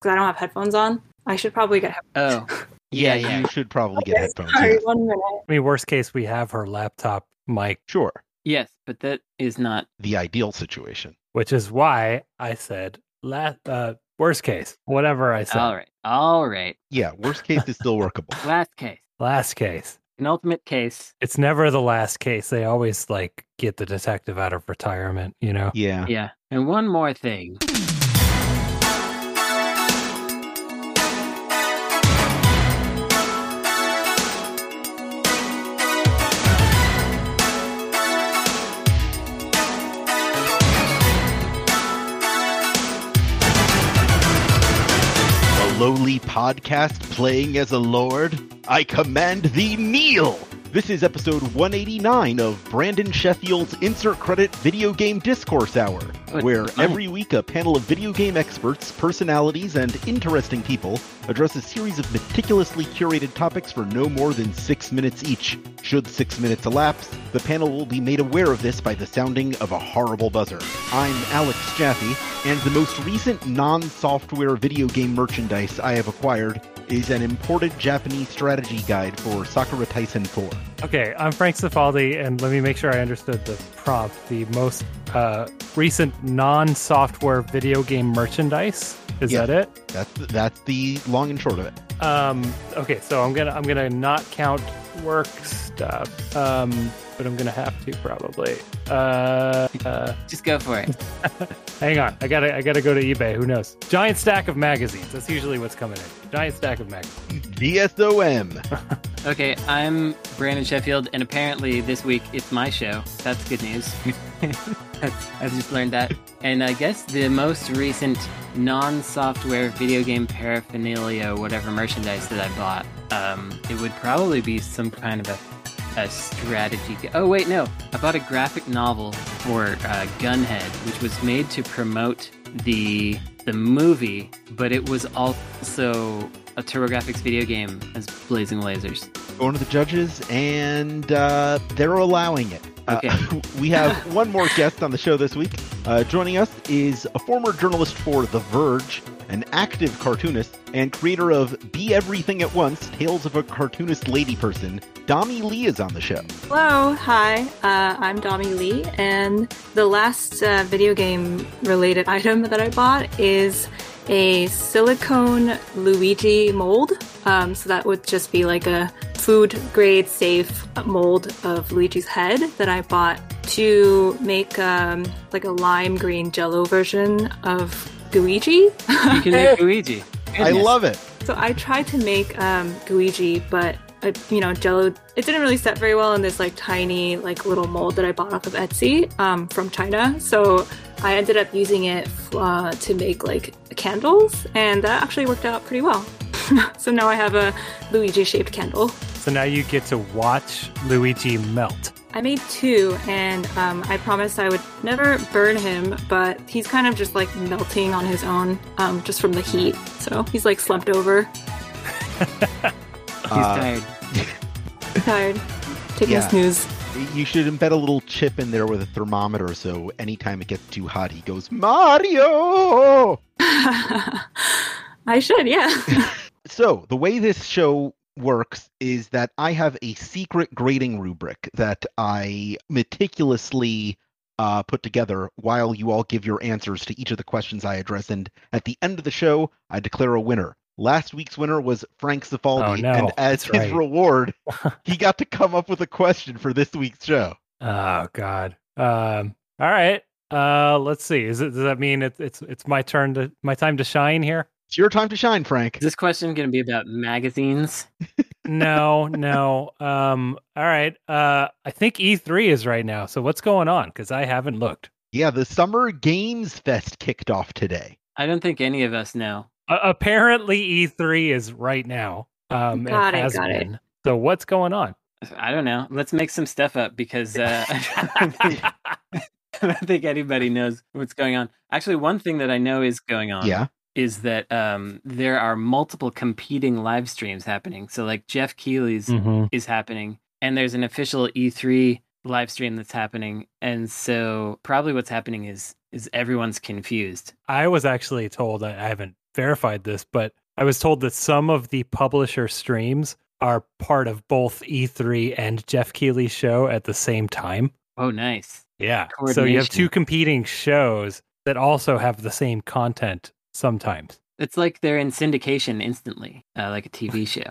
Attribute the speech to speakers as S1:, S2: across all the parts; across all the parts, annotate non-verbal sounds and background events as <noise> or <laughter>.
S1: because I don't have headphones on. I should probably get headphones.
S2: <laughs>
S3: Oh,
S2: Yeah,
S3: yeah, yeah,
S2: you should probably get headphones.
S1: Sorry,
S2: yeah.
S1: one minute.
S4: I mean, worst case, we have her laptop mic,
S2: Sure.
S3: yes, but that is not.
S2: The ideal situation.
S4: which is why I said la- uh, worst case, whatever I said.
S3: All right, all right.
S2: Yeah, worst case is still workable.
S3: Last case,
S4: Last case.
S3: penultimate case.
S4: It's never the last case. They always like get the detective out of retirement, you know?
S2: Yeah.
S3: Yeah, and one more thing.
S2: A lowly podcast playing as a lord. I command thee kneel. This is episode 189 of Brandon Sheffield's Insert Credit Video Game Discourse Hour,
S3: Good
S2: where
S3: night.
S2: every week a panel of video game experts, personalities, and interesting people address a series of meticulously curated topics for no more than six minutes each. Should six minutes elapse, the panel will be made aware of this by the sounding of a horrible buzzer. I'm Alex Jaffe, and the most recent non software video game merchandise I have acquired is an imported Japanese strategy guide for Sakura Tyson 4.
S4: Okay, I'm Frank Cifaldi, and let me make sure I understood the prompt. The most uh, recent non software video game merchandise. Is
S2: Yeah.
S4: that it?
S2: That's that's the long and short of it.
S4: Um, okay, so I'm gonna I'm gonna not count work stuff, um, but I'm gonna have to probably. Uh, uh,
S3: Just go for it.
S4: hang on, I gotta I gotta go to eBay. Who knows? Giant stack of magazines. That's usually what's coming in. Giant stack of magazines.
S2: DSOM.
S3: Okay, I'm Brandon Sheffield, and apparently this week it's my show. That's good news. That's- I've just learned that. And I guess the most recent non software video game paraphernalia, whatever merchandise that I bought, um, it would probably be some kind of a, a strategy. G- oh, wait, no. I bought a graphic novel for uh, Gunhead, which was made to promote the the movie, but it was also a TurboGrafx video game as Blazing Lasers.
S2: <laughs> Going to the judges, and uh, they're allowing it. Uh,
S3: Okay.
S2: we have one more guest on the show this week. Uh, joining us is a former journalist for The Verge, an active cartoonist, and creator of Be Everything at Once Tales of a Cartoonist Lady Person. Dami Lee is on the show.
S1: Hello, hi. Uh, I'm Dami Lee, and the last uh, video game related <laughs> item that I bought is a silicone Luigi mold. Um, so that would just be like a food grade safe mold of Luigi's head that I bought to make um, like a lime green jello version of Luigi.
S3: You can
S2: <laughs>
S3: make Luigi.
S2: I
S3: Goodness.
S2: love it.
S1: So I tried to make um, Guiji, but uh, you know, Jello. It didn't really set very well in this like tiny like little mold that I bought off of Etsy um, from China. So I ended up using it uh, to make like candles, and that actually worked out pretty well. <laughs> so now I have a Luigi shaped candle.
S4: So now you get to watch Luigi melt.
S1: I made two, and um, I promised I would never burn him, but he's kind of just like melting on his own, um, just from the heat. So he's like slumped over,
S3: He's
S2: Uh,
S3: tired.
S1: tired, taking
S2: Yeah.
S1: a snooze.
S2: You should embed a little chip in there with a thermometer so anytime it gets too hot, he goes, Mario!
S5: <laughs>
S1: I should, yeah.
S2: So, the way this show works is that I have a secret grading rubric that I meticulously uh, put together while you all give your answers to each of the questions I address. And at the end of the show, I declare a winner. Last week's winner was Frank Cifaldi.
S4: Oh, no.
S2: And as
S4: That's
S2: his
S4: right. <laughs>
S2: reward, he got to come up with a question for this week's show.
S4: Oh God. Um. All right. Uh. Let's see. Is it? Does that mean it, it's it's my turn to my time to shine here?
S2: It's your time to shine, Frank.
S3: Is this question going to be about magazines?
S4: No. no. Um. All right. Uh. I think E three is right now. So what's going on? Because I haven't looked.
S2: Yeah, the Summer Games Fest kicked off today.
S3: I don't think any of us know.
S4: Uh, apparently, E three is right now. Um. and
S1: Got it,
S4: has
S1: got it.
S4: been. So what's going on?
S3: I don't know. Let's make some stuff up because <laughs> uh, <laughs>
S4: <laughs>
S3: I don't think anybody knows what's going on. Actually, one thing that I know is going on
S2: Yeah.
S3: is that um, there are multiple competing live
S2: Hmm.
S3: streams happening. So, like Jeff Keighley's
S4: Mhm.
S3: is happening, and there's an official E3 live stream that's happening, and so probably what's happening is is everyone's confused.
S4: I was actually told, I I haven't verified this, but I was told that some of the publisher streams are part of both E3 and Jeff Keighley's show at the same time.
S3: Oh, nice.
S4: Yeah. So you have
S3: Coordination.
S4: two competing shows that also have the same content sometimes.
S3: It's like they're in syndication instantly, uh, like a TV show.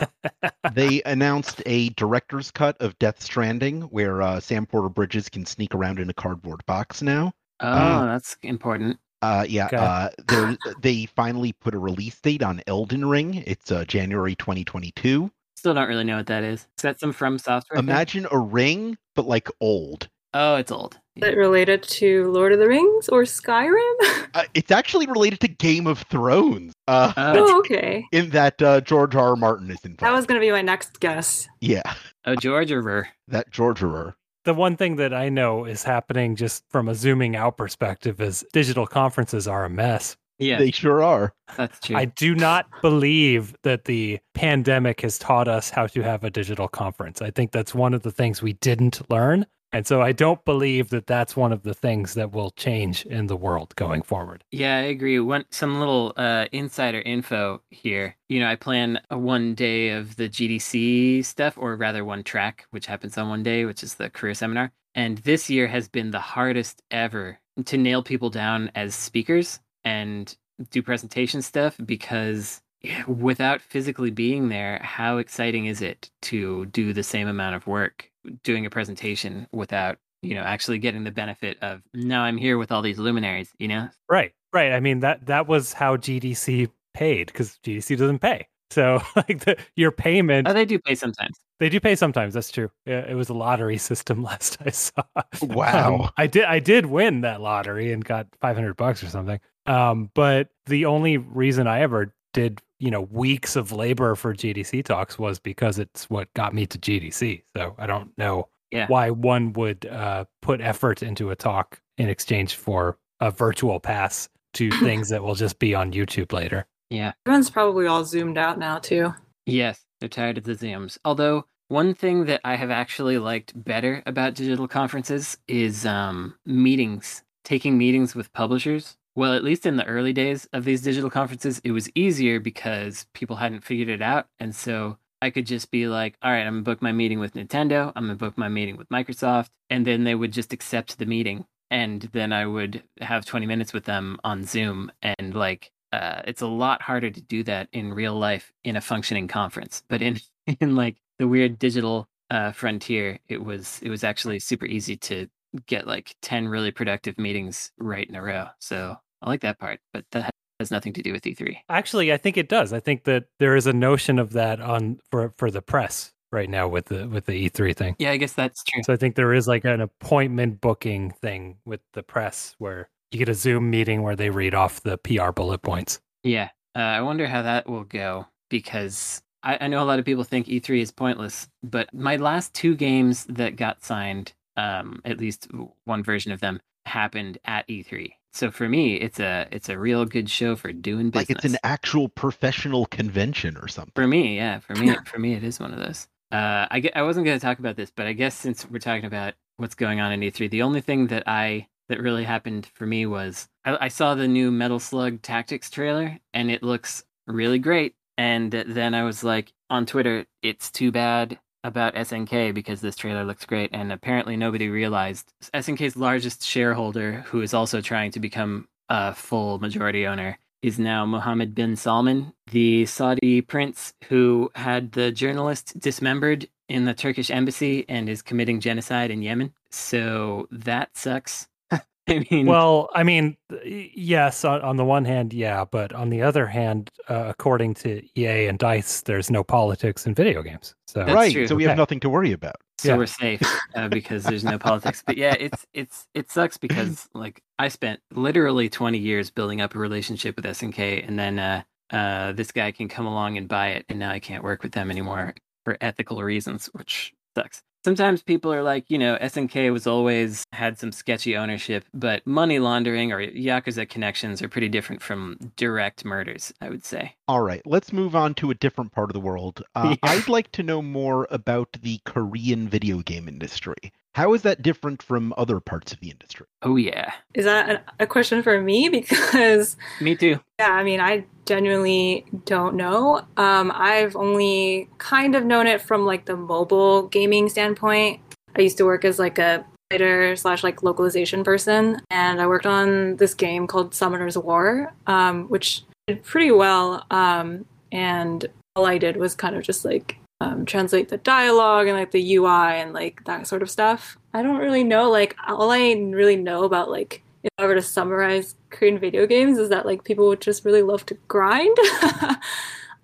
S2: they announced a director's cut of Death Stranding, where uh, Sam Porter Bridges can sneak around in a cardboard box now.
S3: oh,
S2: Ah.
S3: that's important.
S2: Uh, yeah,
S4: Okay.
S2: uh, there they finally put a release date on Elden Ring. It's uh, January 2022.
S3: Still don't really know what that is. Is that some From Software? thing?
S2: Imagine a ring, but like old.
S3: Oh, it's old.
S5: Is it related to Lord of the Rings or Skyrim?
S2: Uh, it's actually related to Game of Thrones. Uh,
S3: Oh,
S5: oh, okay.
S2: in that uh, George R. R. Martin is involved.
S5: That was going to be my next guess.
S2: yeah,
S3: oh, George River.
S2: that George R. R.
S4: The one thing that I know is happening just from a zooming out perspective is digital conferences are a mess.
S3: Yeah,
S2: They sure are.
S3: that's true.
S4: I do not believe that the pandemic has taught us how to have a digital conference. I think that's one of the things we didn't learn. And so I don't believe that that's one of the things that will change in the world going forward.
S3: Yeah, I agree. One some little uh, insider info here. You know, I plan a one day of the GDC stuff, or rather one track, which happens on one day, which is the career seminar. And this year has been the hardest ever to nail people down as speakers and do presentation stuff because yeah, without physically being there, how exciting is it to do the same amount of work doing a presentation without, you know, actually getting the benefit of now I'm here with all these luminaries, you know?
S4: Right. Right. I mean that that was how GDC paid cuz GDC doesn't pay. So <laughs> like the, your payment
S3: Oh, they do play sometimes.
S4: They do pay sometimes. That's true. Yeah, it was a lottery <laughs> system last I saw.
S2: Wow.
S4: Um, I did. I did win that lottery and got five hundred bucks or something. Um, but the only reason I ever did, you know, weeks of labor for GDC talks was because it's what got me to GDC. So I don't know
S3: Yeah.
S4: why one would uh, put effort into a talk in exchange for a virtual pass to things that will just be on YouTube later.
S3: Yeah.
S5: Everyone's probably all zoomed out now, too.
S3: Yes, they're tired of the Zooms. Although one thing that I have actually liked better about digital conferences is um, meetings, taking meetings with publishers. Well, at least in the early days of these digital conferences, it was easier because people hadn't figured it out, and so I could just be like, "All right, I'm gonna book my meeting with Nintendo. I'm gonna book my meeting with Microsoft," and then they would just accept the meeting, and then I would have 20 minutes with them on Zoom, and like uh, it's a lot harder to do that in real life in a functioning conference. But in <laughs> in like the weird digital uh, frontier, it was it was actually super easy to get like ten really productive meetings right in a row. So I like that part, but that has nothing to do with E E3.
S4: Actually, I think it does. I think that there is a notion of that on for for the press right now with the with the E3 thing.
S3: Yeah, I guess that's true.
S4: So I think there is like an appointment booking thing with the press where you get a Zoom meeting where they read off the PR bullet points.
S3: Yeah, uh, I wonder how that will go because I, I know a lot of people think E3 is pointless, but my last two games that got signed, um, at least w- one version of them, happened at E3. So for me, it's a it's a real good show for doing business.
S2: Like it's an actual professional convention or something.
S3: For me, yeah, for me, for me, it is one of those. Uh, I get, I wasn't going to talk about this, but I guess since we're talking about what's going on in E3, the only thing that I that really happened for me was I, I saw the new Metal Slug Tactics trailer, and it looks really great. And then I was like on Twitter, it's too bad about SNK because this trailer looks great, and apparently nobody realized SNK's largest shareholder, who is also trying to become a full majority owner, is now Mohammed bin Salman, the Saudi prince who had the journalist dismembered in the Turkish embassy and is committing genocide in Yemen. So that sucks. <laughs> I mean,
S4: Well, I mean, y- yes, on, on the one hand, yeah, but on the other hand, uh, according to EA and Dice, there's no politics in video games. So
S3: That's
S2: right.
S3: true.
S2: So we have
S4: Okay.
S2: nothing to worry about.
S3: so
S4: Yeah.
S3: we're safe uh, because there's no politics but yeah it's it's it sucks <clears throat> because like i spent literally 20 years building up a relationship with snk and then uh uh this guy can come along and buy it and now i can't work with them anymore for ethical reasons which sucks Sometimes people are like, you know, SNK was always had some sketchy ownership, but money laundering or yakuza connections are pretty different from direct murders, I would say.
S2: All right, let's move on to a different part of the world. Uh,
S3: Yeah.
S2: I'd like to know more about the Korean video game industry. How is that different from other parts of the industry?
S3: Oh yeah.
S1: Is that a, a question
S5: <laughs>
S1: for me? Because
S3: Me too.
S1: Yeah, I mean, I genuinely don't know. Um, I've only kind of known it from like the mobile gaming standpoint. I used to work as like a writer slash like localization person, and I worked on this game called Summoner's War, um, which did pretty well. Um, and all I did was kind of just like um, translate the dialogue and like the UI and like that sort of stuff. I don't really know. Like all I really know about like if I were to summarize Korean video games, is that like people would just really love to grind. <laughs>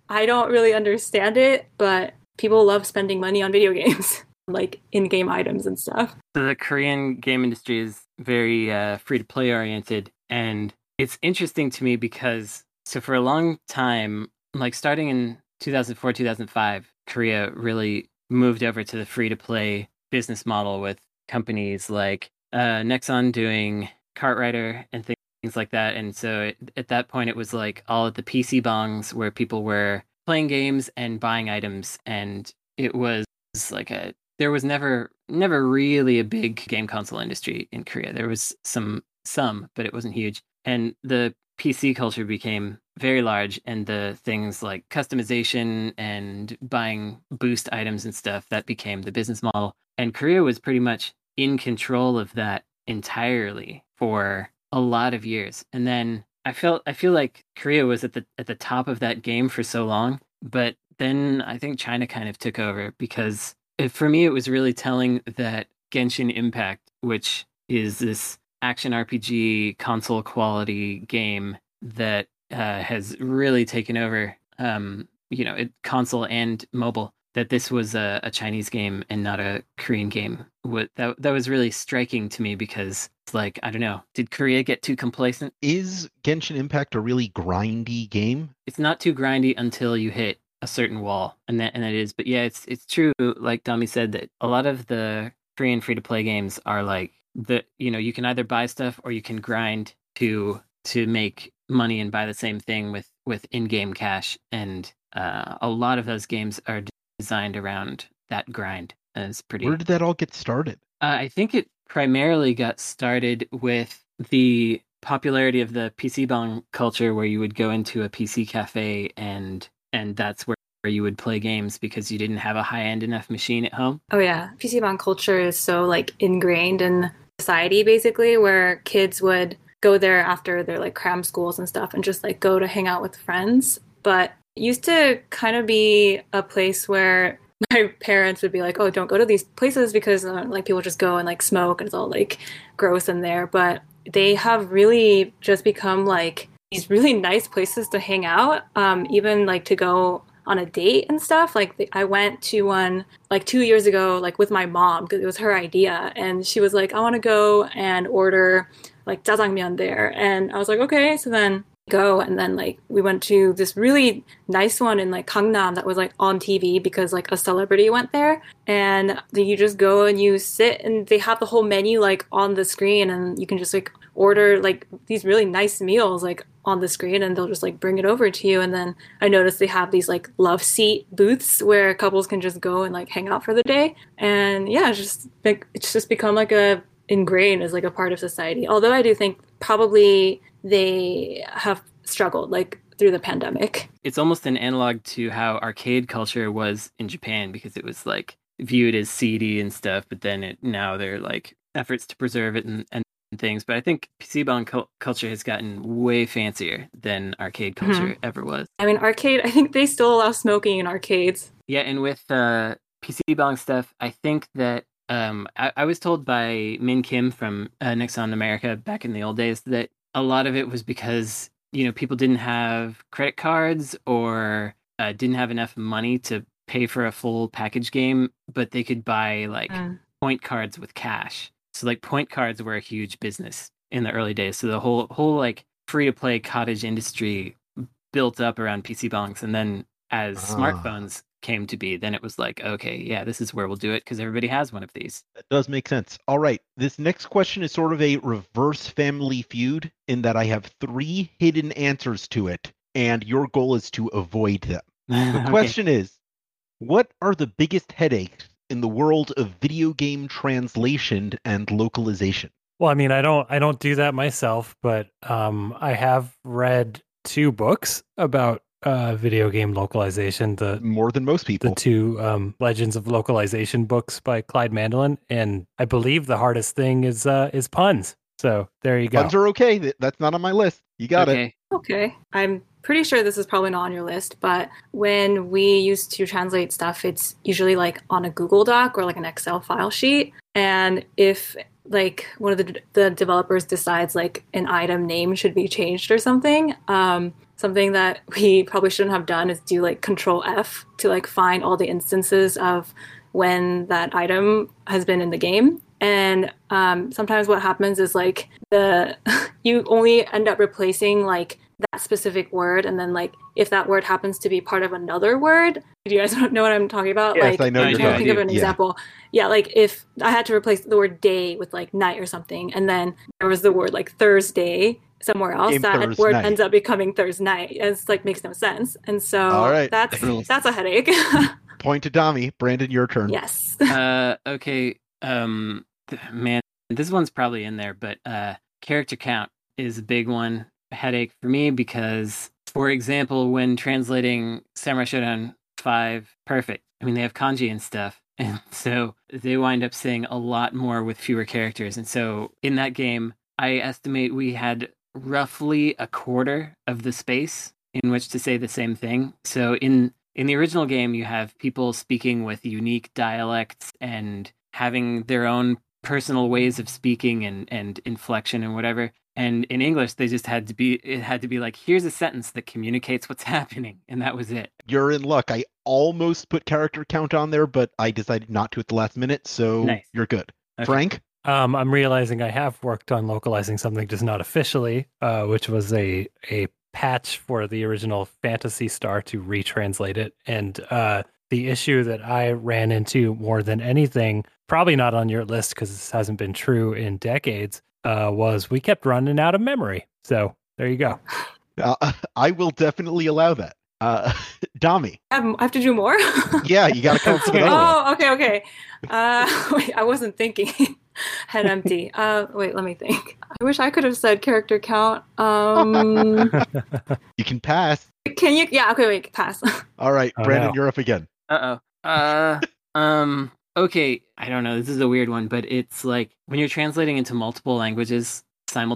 S1: I don't really understand it, but people love spending money on video games, <laughs> like in-game items and stuff.
S3: So the Korean game industry is very uh, free to play oriented, and it's interesting to me because so for a long time, like starting in 2004 2005, Korea really moved over to the free to play business model with companies like uh, Nexon doing Cartwriter and things things like that. And so it, at that point, it was like all at the PC bongs where people were playing games and buying items, and it was like a there was never never really a big game console industry in Korea. There was some some, but it wasn't huge. And the PC culture became very large and the things like customization and buying boost items and stuff that became the business model. And Korea was pretty much in control of that entirely for a lot of years. And then I felt I feel like Korea was at the at the top of that game for so long, but then I think China kind of took over because it, for me, it was really telling that Genshin Impact, which is this action RPG console quality game that uh, has really taken over, um, you know, it, console and mobile. That this was a, a Chinese game and not a Korean game. What that that was really striking to me because it's like I don't know, did Korea get too complacent?
S2: Is Genshin Impact a really grindy game?
S3: it's not too grindy until you hit a certain wall and that and that is but yeah it's it's true like Dami said that a lot of the free and free to play games are like the you know you can either buy stuff or you can grind to to make money and buy the same thing with with in-game cash and uh, a lot of those games are designed around that grind and it's pretty
S2: Where did that all get started?
S3: uh, I think it primarily got started with the popularity of the PC bong culture, where you would go into a PC cafe and and that's where you would play games because you didn't have a high end enough machine at home.
S1: Oh yeah, PC Bond culture is so like ingrained in society basically, where kids would go there after their like cram schools and stuff, and just like go to hang out with friends. But it used to kind of be a place where <laughs> my parents would be like, "Oh, don't go to these places because uh, like people just go and like smoke and it's all like gross in there." But they have really just become like these really <laughs> nice places to hang out, um, even like to go on a date and stuff. Like the, I went to one like two years ago, like with my mom because it was her idea, and she was like, "I want to go and order like jjajangmyeon there," and I was like, "Okay." So then go and then like we went to this really nice one in like Gangnam that was like on TV because like a celebrity went there and then you just go and you sit and they have the whole menu like on the screen and you can just like order like these really nice meals like on the screen and they'll just like bring it over to you and then I noticed they have these like love seat booths where couples can just go and like hang out for the day and yeah it's just like it's just become like a ingrained as like a part of society. Although I do think probably they have struggled like through the pandemic.
S3: It's almost an analog to how arcade culture was in Japan because it was like viewed as seedy and stuff, but then it now they're like efforts to preserve it and, and things. But I think PC bong cul- culture has gotten way fancier than arcade
S1: Mhm.
S3: culture ever was.
S1: I mean, arcade. I think they still allow smoking in arcades.
S3: Yeah, and with uh, PC Bong stuff, I think that um, I, I was told by Min Kim from uh, Nexon America back in the old days that a lot of it was because you know people didn't have credit cards or uh, didn't have enough money to pay for a full package game, but they could buy like
S1: Mm.
S3: point cards with cash. So like point cards were a huge business in the early days. So the whole whole like free to play cottage industry built up around PC bongs, and then as
S2: Ah.
S3: smartphones came to be, then it was like, okay, yeah, this is where we'll do it because everybody has one of these. <laughs>
S2: That does make sense. All right. This next question is sort of a reverse family feud in that I have three hidden answers to it, and your goal is to avoid them.
S4: <laughs>
S2: The question is What are the biggest headaches in the world of video game translation and localization?
S4: Well, I mean, I don't I don't do that myself, but um, I have read two books about uh, video game localization. The
S2: More than most people.
S4: the two um, Legends of Localization books by Clyde Mandelin, and I believe the hardest thing is uh, is puns. So there you go.
S2: Puns are okay. Th- That's not on my list. You got it.
S3: okay.
S1: Okay. I'm pretty sure this is probably not on your list, but when we used to translate stuff, it's usually like on a Google Doc or like an Excel file sheet. And if like one of the, the developers decides like an item name should be changed or something, um, something that we probably shouldn't have done is do like control F to like find all the instances of when that item has been in the game. And um, sometimes what happens is like the <laughs> you only end up replacing like that specific word and then like if that word happens to be part of another word do you guys <laughs> know what i'm talking about
S2: Yes,
S1: like
S2: I know
S3: I
S1: i'm
S2: you're
S3: do,
S1: trying to
S3: I
S2: talking
S1: think of
S2: about.
S1: an
S2: Yeah.
S1: example yeah like if i had to replace the word day with like night or something and then there was the word like thursday somewhere else
S2: Game
S1: that
S2: Thursday
S1: word
S2: night.
S1: ends up becoming thursday night it's like makes no sense and so
S2: All right. <laughs>
S1: that's
S3: Cool.
S1: that's a headache <laughs>
S2: Point to Dami. Brandon, your turn.
S1: yes
S3: uh, okay. Um, th- man, this one's probably in there, but uh, character count is a big one headache for me because, for example, when translating Samurai Shodown Five Perfect, I mean they have kanji and stuff, <laughs> and so they wind up saying a lot more with fewer characters, and so in that game, I estimate we had roughly a quarter of the space in which to say the same thing. So in in the original game, you have people speaking with unique dialects and having their own personal ways of speaking and, and inflection and whatever. And in English, they just had to be it had to be like here's a sentence that communicates what's <laughs> happening, and that was it.
S2: You're in luck. I almost put character count on there, but I decided not to at the last minute, so
S3: Nice.
S2: you're good.
S3: Okay.
S2: Frank?
S4: Um, I'm realizing I have worked on localizing something just not officially, uh, which was a a patch for the original Fantasy Star to retranslate it. And uh, the issue that I ran into more than anything, probably not on your list because this hasn't been true in decades, uh, was we kept running out of memory. So there you go.
S2: Uh, <laughs> I will definitely allow that. Uh, <laughs> Dami.
S1: I have, I have to do
S2: <laughs>
S1: more
S2: Yeah, you got to come
S1: <laughs>
S2: up
S3: <laughs>
S2: with another one.
S1: oh okay okay uh <laughs> wait i wasn't thinking <laughs> head empty uh wait let me think i wish i could have said character count um
S2: <laughs> You can pass.
S1: can you yeah okay wait pass
S2: All right,
S4: Oh,
S2: Brandon,
S4: no.
S2: you're up again.
S3: Uh oh. Uh um okay, I don't know. This is a weird one, but it's like when you're translating into multiple languages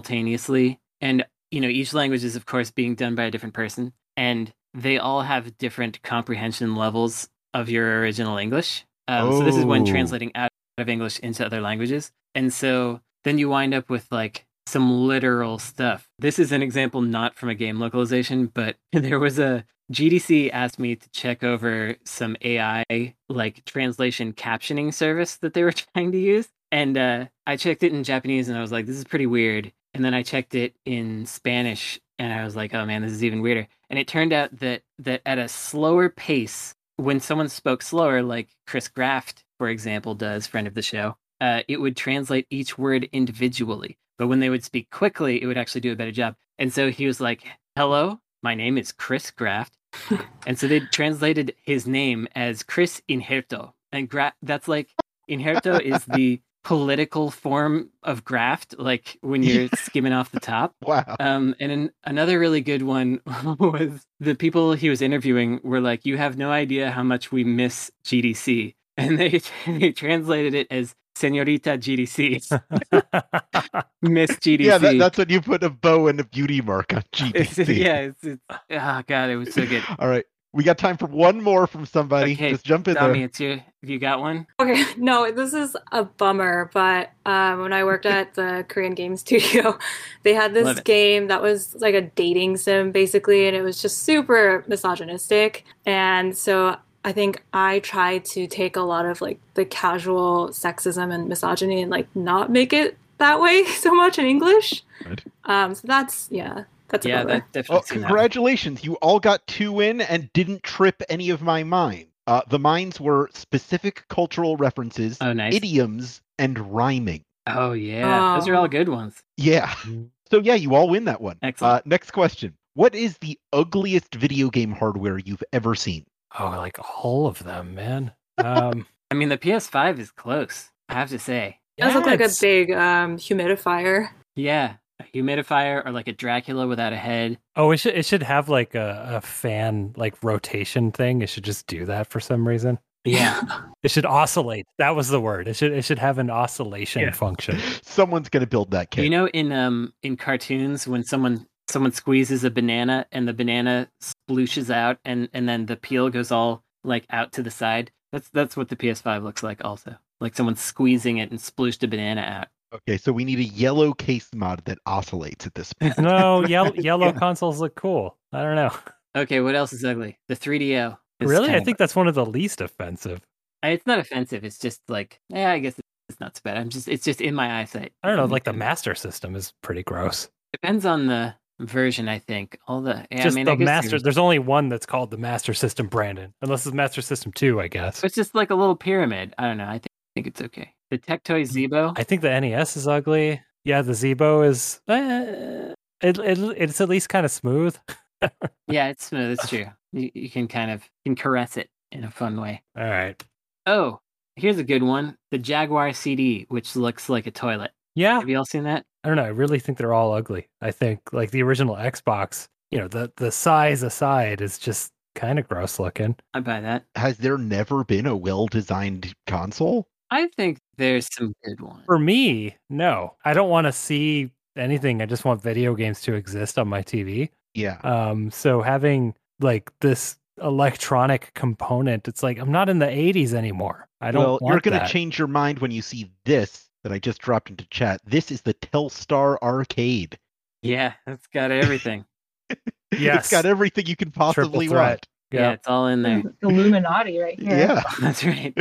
S3: simultaneously and you know, each language is of course being done by a different person and they all have different comprehension levels of your original English. Um, so this is when
S2: Oh.
S3: translating out of English into other languages. And so then you wind up with like some literal stuff. This is an example not from a game localization, but <laughs> there was a GDC asked me to check over some AI like translation captioning service that they were <laughs> trying to use. And uh, I checked it in Japanese and I was like, this is pretty weird. And then I checked it in Spanish and I was like, oh man, this is even weirder. And it turned out that that at a slower pace, when someone spoke slower, like Chris Graft, for example, does, friend of the show, uh, it would translate each word individually. But when they would speak quickly, it would actually do a better job. And so he was like, hello, my name is Chris Graft. and so they translated his name as Chris Inherto. And gra- that's like, Inherto is the political form of graft, like when you're skimming off the top.
S2: Wow.
S3: Um, and an, another really good one <laughs> was the people he was interviewing were like, "You have no idea how much we miss GDC," <laughs> and they, they translated it as "Senorita GDC," miss GDC.
S2: <laughs> Yeah, that, that's when you put a bow and a beauty
S3: <laughs>
S2: mark on
S3: It's-
S2: GDC.
S3: yeah. It's, it's, oh god, it was so good.
S2: All right, we got time for one more from somebody.
S3: Okay,
S2: Just jump in
S3: Tommy,
S2: there.
S3: it's your. Have you got one?
S1: Okay, <laughs> no, this is a bummer, but um, when I
S3: <laughs>
S1: worked at the Korean game studio, <laughs> they had
S3: Love
S1: this
S3: it.
S1: game that was like a dating sim basically, and it was just super misogynistic. And so I think I tried to take a lot of like the casual sexism and misogyny and like not make it that way <laughs> so much in English.
S2: Right.
S1: Um, so that's, yeah, that's a
S3: yeah,
S1: bummer.
S3: that definitely.
S2: Oh,
S3: seen that one.
S2: congratulations! You all got two in and didn't trip any of my mind. Uh, the mines were specific cultural references,
S3: Oh, nice.
S2: idioms, and rhyming.
S3: Oh, yeah. Those are all good ones.
S2: Yeah. <laughs> So yeah, you all win that one.
S3: Excellent.
S2: Uh, next question. What is the ugliest video game hardware you've ever seen? <laughs>
S4: Oh, like all of them, man.
S5: <laughs>
S4: Um,
S3: I mean, the PS5 is close, I have to say.
S5: does look like a
S4: yes.
S5: big um, humidifier.
S3: Yeah. A humidifier or like a Dracula without a head.
S4: Oh, it should it should have like a, a fan like rotation thing. It should just do that for some reason.
S3: Yeah.
S4: It should oscillate. That was the word. It should it should have an oscillation
S3: Yeah. <laughs>
S4: function.
S2: Someone's gonna build that kid.
S3: <laughs> You know, in um in cartoons, when someone someone squeezes a banana and the banana splooshes out, and and then the peel goes all like out to the side. That's that's what the PS5 looks like. Also, like someone squeezing it and splooshed a banana out.
S2: okay, so we need a yellow case mod that oscillates
S3: <laughs>
S2: at this point.
S4: No, yellow yellow
S2: Yeah.
S4: consoles look cool. I don't know.
S3: Okay, what else is ugly? The 3DO. is
S4: really,
S3: kind
S4: I
S3: of-
S4: think that's one of the least offensive.
S3: I- it's not offensive. It's just like yeah, I guess it's not so bad. I'm just it's just in my eyesight.
S4: I don't know.
S3: Doesn't
S4: Like the
S3: matter.
S4: Master System is pretty gross.
S3: depends on the version. I think all the yeah,
S4: just
S3: I mean, I
S4: the
S3: guess
S4: Master.
S3: there's-
S4: There's only one that's called the Master System, Brandon. Unless it's Master System Two, I guess.
S3: It's just like a little pyramid. I don't know. I think, think it's okay. The Tectoy Zebo.
S4: Mm, I think the NES is ugly. Yeah, the Zebo is. eh, it, it it's at least kind of smooth.
S3: Yeah, it's no, that's
S4: <sighs>
S3: true. You, you can kind of you can caress it in a fun way.
S4: All right.
S3: Oh, here's a good one: the Jaguar CD, which looks like a toilet.
S4: Yeah,
S3: Have you all seen that?
S4: I don't know. I really think they're all ugly. I think like the original Xbox, you know, the the size aside is just kind of gross looking.
S3: I buy that.
S2: Has there never been a well designed console?
S3: I think there's some good ones.
S4: For me, no. I don't want to see anything. I just want video games to exist on my TV.
S2: Yeah.
S4: Um so having like this electronic component, it's like I'm not in the 80s anymore. I don't
S2: well,
S4: want
S2: you're gonna
S4: that.
S2: change your mind when you see this that I just dropped into chat. This is the Telstar Arcade. <laughs>
S3: Yeah, it's got everything.
S4: <laughs> Yes.
S2: It's got everything you can possibly
S4: threat.
S2: want.
S3: yeah.
S4: Yeah.
S3: it's all in
S4: <laughs>
S3: there. <laughs>
S1: Illuminati right here.
S2: Yeah. <laughs>
S3: That's right.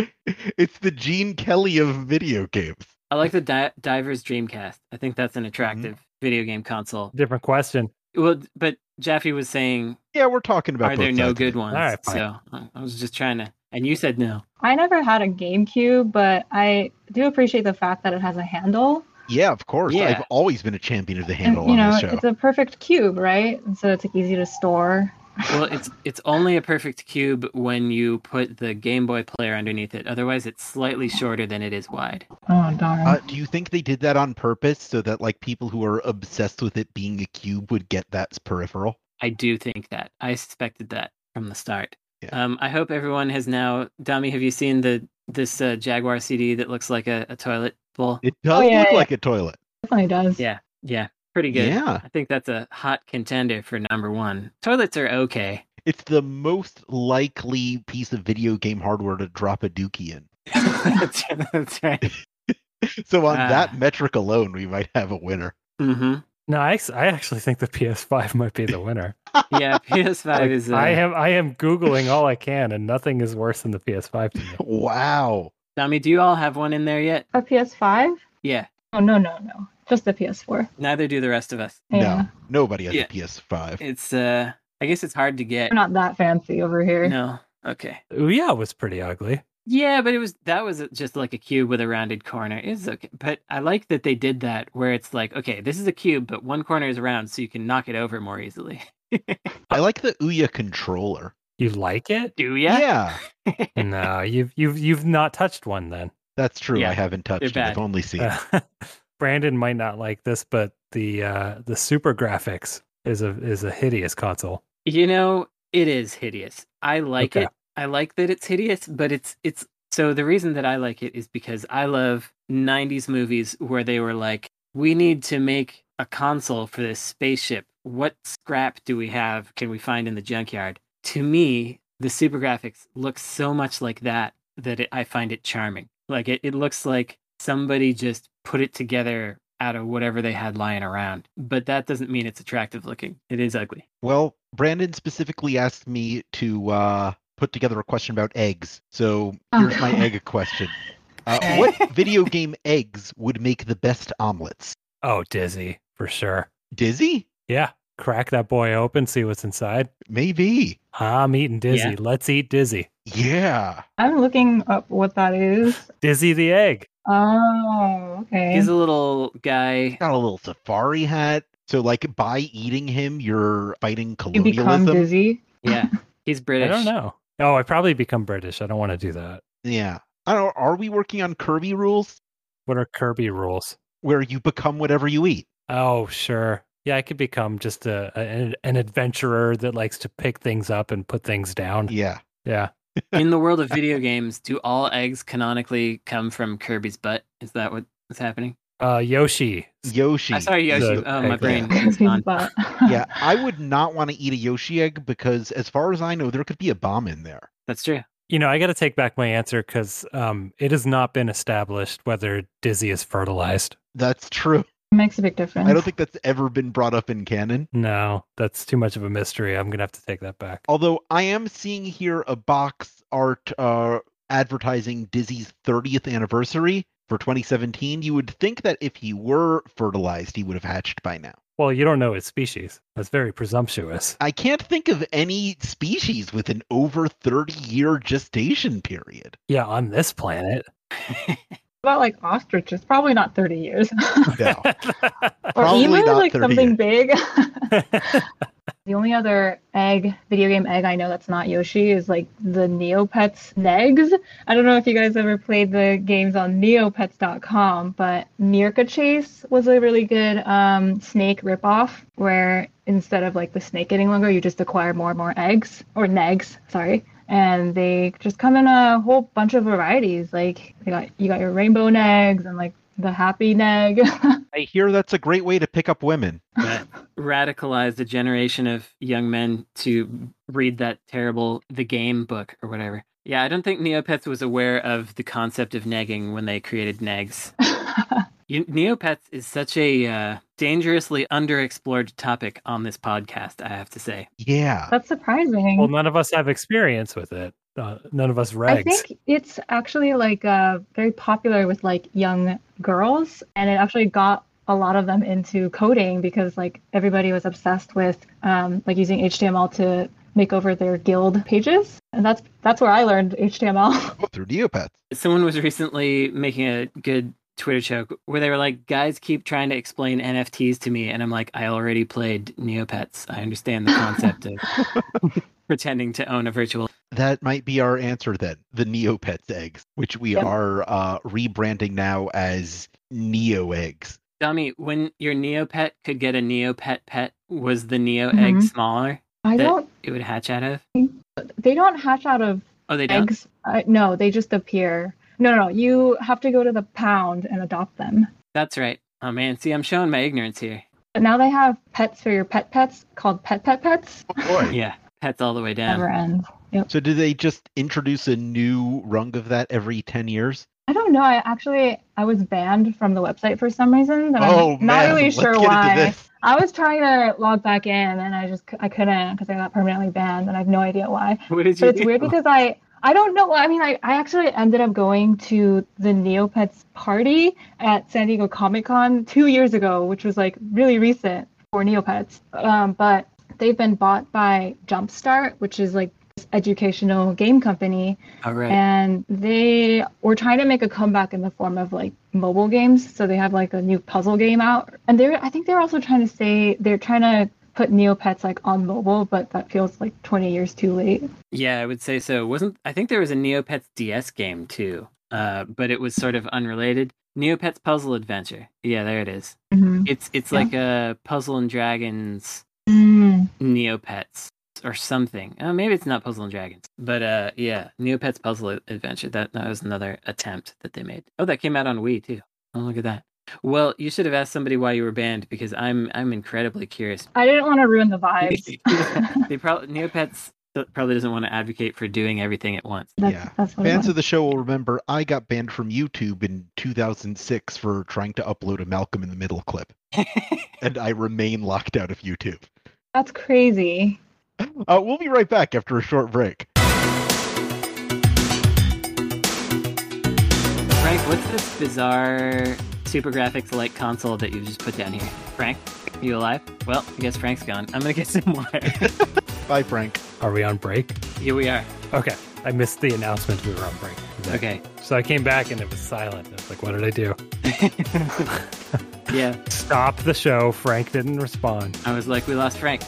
S2: It's the Gene Kelly of video games.
S3: I like the di- Diver's Dreamcast. I think that's an attractive video game console.
S4: Different question.
S3: Well, but Jaffe was saying,
S2: Yeah, we're talking about
S3: are
S2: both
S3: there no
S2: sides of
S3: good
S2: it.
S3: ones?
S4: right, fine.
S3: so I- I was just trying to, and you said no.
S1: I never had a GameCube, but I do appreciate the fact that it has a handle.
S2: Yeah, of course.
S3: Yeah.
S2: I've always been a champion of the
S1: And
S2: handle
S1: you
S2: on
S1: know,
S2: this show.
S1: it's a perfect cube, right? And so it's like easy to store.
S3: Well, it's it's only a perfect cube when you put the Game Boy player underneath it. Otherwise, it's slightly shorter than it is wide.
S1: Oh darn.
S2: Uh, do you think they did that on purpose so that like people who are obsessed with it being a cube would get that peripheral?
S3: I do think that. I suspected that from the start.
S2: Yeah.
S3: Um, I hope everyone has now. Dami, have you seen the this uh, Jaguar CD that looks like a, a toilet bowl?
S2: It
S1: Oh,
S2: does
S1: yeah,
S2: look
S1: yeah.
S2: like a toilet.
S1: Definitely does.
S3: Yeah. Yeah, pretty good.
S2: Yeah.
S3: I think that's a hot contender for number one. Toilets are
S4: <laughs>
S3: okay.
S2: It's the most likely piece of video game hardware to drop a dookie in.
S3: that's, that's right.
S2: So on
S3: Ah.
S2: that metric alone, we might have a winner.
S3: hmm
S4: No, I, ac- I actually think the <laughs> PS5 might be the winner.
S3: <laughs>
S4: <laughs>
S3: Yeah, PS5
S4: Like,
S3: is. Uh,
S4: I am I am googling
S3: <laughs>
S4: all I can, and nothing is worse than the PS5 to me.
S2: Wow.
S3: Dami, do you all have one in there yet?
S1: A PS5?
S3: Yeah,
S1: Oh no no no. Just the PS4.
S3: neither do the rest of us.
S1: Yeah.
S2: No, nobody has
S3: Yeah.
S2: a PS5.
S3: It's uh I guess it's hard to get.
S1: We're not that fancy over here.
S3: No. Okay.
S4: Ouya was pretty ugly.
S3: Yeah, but it was that was just like a cube with a rounded corner. It's okay. But I like that they did that where it's like, okay, this is a cube, but one corner is round so you can knock it over more easily. <laughs>
S2: I like the Ouya controller.
S4: You
S3: <laughs>
S4: like it?
S3: Do ya?
S4: no, you've you've you've not touched one then.
S2: that's true.
S3: Yeah,
S2: I haven't touched it.
S3: bad.
S2: I've only seen it.
S4: Uh, <laughs> Brandon might not like this, but the uh, the Super Graphics is a is a hideous console.
S3: You know, it is hideous. I like
S4: Okay.
S3: it. I like that it's hideous, but it's it's so the reason that I like it is because I love 90s movies where they were like, we need to make a console for this spaceship. What scrap do we have can we find in the junkyard? To me, the Super Graphics looks so much like that that it, I find it charming. Like it, it looks like somebody just put it together out of whatever they had lying around. But that doesn't mean it's attractive looking. It is ugly.
S2: Well, Brandon specifically asked me to uh, put together a question about eggs. So
S1: Oh,
S2: here's my
S1: God.
S2: egg question. Uh,
S1: Okay. <laughs>
S2: what video game eggs would make the best omelets?
S4: Oh, dizzy for sure.
S2: Dizzy?
S4: Yeah, crack that boy open, see what's inside.
S2: Maybe.
S4: I'm eating dizzy.
S3: Yeah.
S4: Let's eat dizzy.
S2: Yeah.
S1: I'm looking up what that is.
S4: Dizzy the egg.
S1: Oh, okay.
S3: He's a little guy.
S2: Got a little safari hat. So, like, by eating him, you're fighting
S1: you become
S2: colonialism.
S1: dizzy.
S3: Yeah, he's British.
S4: I don't know. Oh, I probably become British. I don't want to do that.
S2: Yeah. I don't. Are we working on Kirby rules
S4: What are Kirby rules?
S2: where you become whatever you eat?
S4: Oh, sure. Yeah, I could become just a, a an- an adventurer that likes to pick things up and put things down. Yeah.
S2: Yeah.
S3: In the world of video games, do all eggs canonically come from Kirby's butt? Is that what is happening?
S4: Uh, Yoshi.
S2: Yoshi.
S3: I'm sorry, Yoshi.
S4: The
S3: Oh,
S4: egg,
S3: my
S4: yeah.
S3: brain
S1: <laughs>
S3: is
S1: Kirby's
S3: gone.
S1: butt.
S2: yeah, I would not want to eat a Yoshi egg because, as far as I know, there could be a bomb in there.
S3: That's true.
S4: You know, I got to take back my answer because um, it has not been established whether Dizzy is fertilized.
S2: That's true.
S1: Makes a big difference. <laughs>
S2: I don't think that's ever been brought up in canon.
S4: No, that's too much of a mystery. I'm gonna have to take that back.
S2: Although I am seeing here a box art uh, advertising Dizzy's 30th anniversary for 2017. You would think that if he were fertilized, he would have hatched by now.
S4: Well, you don't know his species. That's very presumptuous.
S2: I can't think of any species with an over 30 year gestation period.
S4: Yeah, on this planet.
S1: What about like ostriches, probably not 30 years.
S2: No.
S1: or
S2: Probably
S1: even
S2: not
S1: like
S2: 30
S1: something
S2: years.
S1: big. <laughs>
S2: <laughs>
S1: the only other egg, video game egg I know that's not Yoshi is like the Neopets Negs. I don't know if you guys ever played the games on neopets.com, but Mirka Chase was a really good um, snake ripoff where instead of like the snake getting longer, you just acquire more and more eggs or negs, sorry. And they just come in a whole bunch of varieties. Like you got you got your rainbow negs and like the happy neg. <laughs>
S2: I hear that's a great way to pick up women.
S3: That radicalized a generation of young men to read that terrible The Game book or whatever. Yeah, I don't think Neopets was aware of the concept of negging when they created negs. You, Neopets is such a uh, dangerously underexplored topic on this podcast, I have to say.
S2: Yeah.
S1: That's surprising.
S4: well, none of us have experience with it. Uh, none of us
S1: Mm-hmm. I
S4: regs.
S1: think it's actually like uh, very popular with like young girls, and it actually got a lot of them into coding because like everybody was obsessed with um, like using HTML to make over their guild pages, and that's that's where I learned HTML.
S2: Through Neopets.
S3: Someone was recently making a good Twitter joke where they were like, guys keep trying to explain NFTs to me. And I'm like, I already played Neopets. I understand the concept of
S1: <laughs>
S3: pretending to own a virtual.
S2: That might be our answer then. The Neopets eggs, which we
S1: Yep.
S2: are uh, rebranding now as Neo eggs.
S3: Dami, when your Neopet could get a Neopet pet, was the Neo egg
S1: Mhm.
S3: smaller
S1: <laughs> I
S3: That-
S1: don't.
S3: it would hatch out of?
S1: They don't hatch out of
S3: Oh, they don't?
S1: eggs. Uh, no, they just appear. No, no, no. You have to go to the pound and adopt them.
S3: That's right. Oh, man. See, I'm showing my ignorance here.
S1: But now they have pets for your pet pets called pet pet pets.
S2: Oh, Boy.
S3: Yeah. Pets all the way down.
S1: Never ends.
S2: So do they just introduce a new rung of that every 10 years?
S1: I don't know. I actually I was banned from the website for some reason. That I'm Uh,
S2: oh,
S1: not
S2: man,
S1: really
S2: let's
S1: sure
S2: get into
S1: why.
S2: this.
S1: I was trying to log back in and I just c- I couldn't because I got permanently banned and I have no idea
S2: <laughs>
S1: why.
S3: <laughs> What did you
S1: But it's
S3: do?
S1: weird because I I don't know. I mean, I, I actually ended up going to the Neopets party at San Diego Comic Con two years ago, which was like really recent for Neopets. Um, but they've been bought by Jumpstart, which is like this educational game company
S3: All right.
S1: and they were trying to make a comeback in the form of like mobile games so they have like a new puzzle game out and they're i think they're also trying to say they're trying to put neopets like on mobile but that feels like 20 years too late
S3: Yeah, I would say so. Wasn't I think there was a Neopets DS game too, uh, but it was sort of unrelated. Neopets Puzzle Adventure. Yeah, there it is. It's it's
S1: Yeah.
S3: like a Puzzle and Dragons
S1: Mm.
S3: Neopets or something. Uh, maybe it's not Puzzle and Dragons, but uh, yeah, Neopets Puzzle Ad- Adventure. That that was another attempt that they made. Oh, that came out on Wii too. Oh, look at that. Well, you should have asked somebody why you were banned because I'm I'm incredibly curious
S1: i didn't want to ruin the vibes
S3: they probably Neopets uh, probably doesn't want to advocate for doing everything at once.
S1: <laughs> that's,
S2: Yeah.
S1: that's what it
S2: Fans
S1: was.
S2: of the show will remember I got banned from YouTube in 2006 for trying to upload a Malcolm in the Middle <laughs> clip, and I remain locked out of YouTube.
S1: that's crazy
S2: Uh, we'll be right back after a short break.
S3: Frank, what's this bizarre super graphics like console that you just put down here? Frank, you alive? Well, I guess <laughs> Frank's gone. I'm gonna get some water.
S2: Bye, Frank.
S4: Are we on break?
S3: here we are.
S4: Okay. I missed the announcement we were on break.
S3: Okay.
S4: So I came back and it was silent. I was like, what did I do?
S3: Yeah.
S4: Stop the show. Frank didn't respond.
S3: I was like, we lost Frank.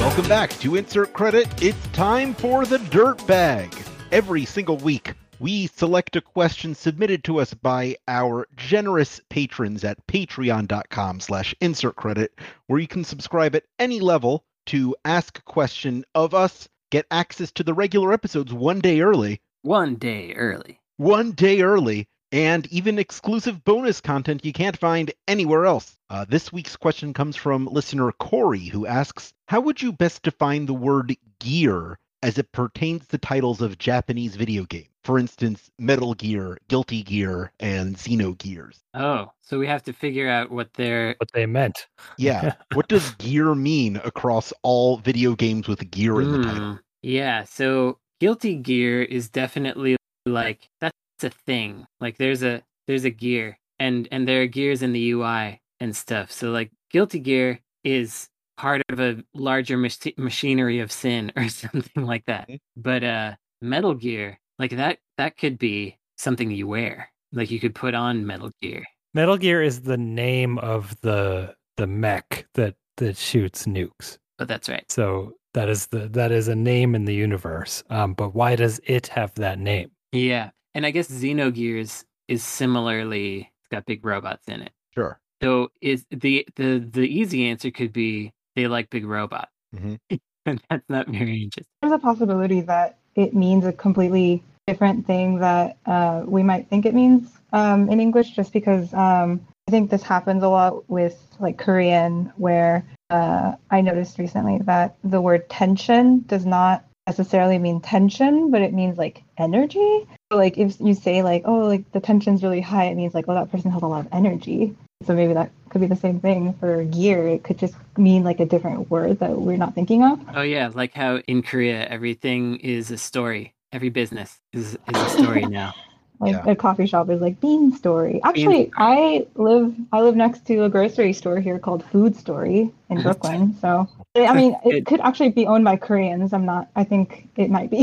S2: Welcome back to Insert Credit. It's time for the Dirt Bag. Every single week, we select a question submitted to us by our generous patrons at patreon.com slash insert credit, where you can subscribe at any level to ask a question of us, get access to the regular episodes one day early,
S3: One day early.
S2: one day early, and even exclusive bonus content you can't find anywhere else. Uh, this week's question comes from listener Corey, who asks How would you best define the word gear as it pertains to titles of Japanese video game? For instance, Metal Gear, Guilty Gear, and Xeno Gears.
S3: Oh, so we have to figure out what their
S4: What they meant.
S2: Yeah. what does gear mean across all video games with gear in the title?
S3: Mm, Yeah, so Guilty Gear is definitely like that's a thing. Like there's a there's a gear and and there are gears in the UI and stuff. So like Guilty Gear is part of a larger mach- machinery of sin <laughs> or something like that.
S2: Okay.
S3: But uh Metal Gear, like that that could be something you wear. Like you could put on Metal Gear.
S4: Metal Gear is the name of the the mech that that shoots nukes.
S3: But that's right.
S4: So that is the that is a name in the universe. Um, but why does it have that name?
S3: Yeah. And I guess Xenogears is similarly it's got big robots in it.
S2: Sure.
S3: So is the the the easy answer could be they like big robot,
S2: Mhm.
S3: <laughs> and that's not very interesting.
S1: There's a possibility that it means a completely different thing that uh, we might think it means um, in English, just because um, I think this happens a lot with like Korean, where uh, I noticed recently that the word tension does not necessarily mean tension, but it means like energy. So, like if you say like, oh, like the tension's really high, it means like, oh, that person has a lot of energy. So maybe that could be the same thing for gear. It could just mean like a different word that we're not thinking of.
S3: Oh yeah, like how in Korea everything is a story. Every business is is a
S2: <laughs>
S3: story now.
S1: like
S2: Yeah.
S1: a coffee shop is like bean story actually i live i live next to a grocery store here called food story in brooklyn so i mean
S3: Good.
S1: it could actually be owned by koreans i'm not i think it might <laughs> be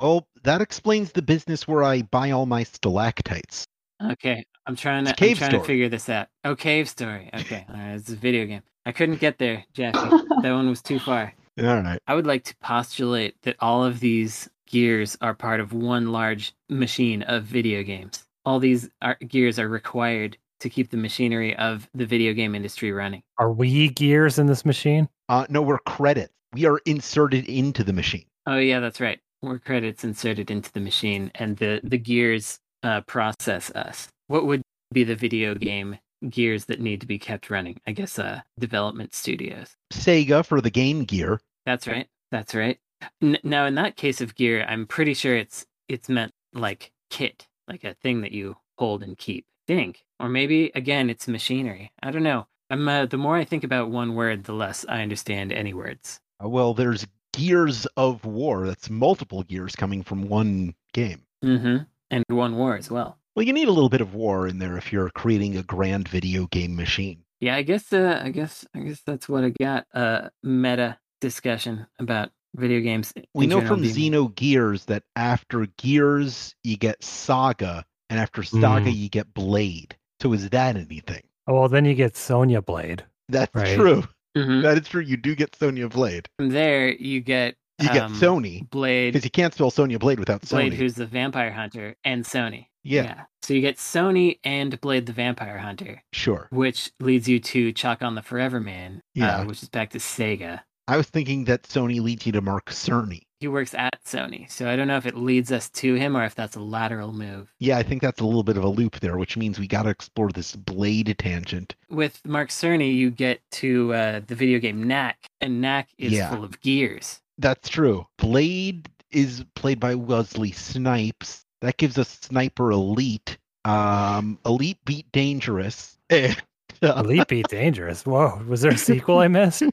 S2: Well, that explains the business where I buy all my stalactites.
S3: Okay, I'm trying
S2: It's
S3: to
S2: a cave
S3: I'm trying
S2: story.
S3: to figure this out. Oh, cave story. Okay,
S2: <laughs>
S3: all right, it's a video game. I couldn't get there, Jackie. that one was too far.
S2: All right.
S3: I would like to postulate that all of these gears are part of one large machine of video games. All these are, gears are required to keep the machinery of the video game industry running.
S4: Are we gears in this machine?
S2: Uh, no, we're credits. We are inserted into the machine.
S3: Oh yeah, that's right. More credits inserted into the machine, and the the gears uh, process us. What would be the video game gears that need to be kept running? I guess uh, development studios.
S2: Sega for the Game Gear.
S3: That's right. That's right. N- now, in that case of gear, I'm pretty sure it's it's meant like kit, like a thing that you hold and keep. Think, or maybe again, it's machinery. I don't know. I'm uh, the more I think about one word, the less I understand any words.
S2: Uh, well, there's Gears of War. That's multiple gears coming from one game.
S3: Mm-hmm. And one war as well.
S2: Well, you need a little bit of war in there if you're creating a grand video game machine.
S3: Yeah, I guess. Uh, I guess. I guess that's what I got. Uh, meta discussion about video games. in
S2: We know
S3: general
S2: from
S3: being-
S2: Xeno Gears that after Gears, you get Saga, and after Saga,
S4: Mm.
S2: you get Blade. So is that anything?
S4: Oh, well, then you get Sonya Blade.
S2: That's
S4: Right.
S2: true.
S3: Mhm.
S2: That is true. You do get Sonya Blade.
S3: from there. You get
S2: You get
S3: Um,
S2: Sony
S3: Blade.
S2: because you can't spell Sonya Blade without
S3: Blade,
S2: Sony.
S3: who's the vampire hunter, and Sony.
S2: Yeah,
S3: So you get Sony and Blade the Vampire Hunter,
S2: sure.
S3: which leads you to Chalk on the Forever Man,
S2: Yeah.
S3: uh, which is back to Sega.
S2: I was thinking that Sony leads you to Mark Cerny.
S3: He works at Sony, so I don't know if it leads us to him or if that's a lateral move.
S2: Yeah, I think that's a little bit of a loop there, which means we got to explore this blade tangent.
S3: With Mark Cerny, you get to uh, the video game Knack, and Knack is
S2: Yeah.
S3: full of gears.
S2: That's true. Blade is played by Wesley Snipes. That gives us Sniper Elite. Um, Elite beat Dangerous. <laughs> And, uh,
S4: Elite Beat Dangerous. Whoa, was there a sequel I missed?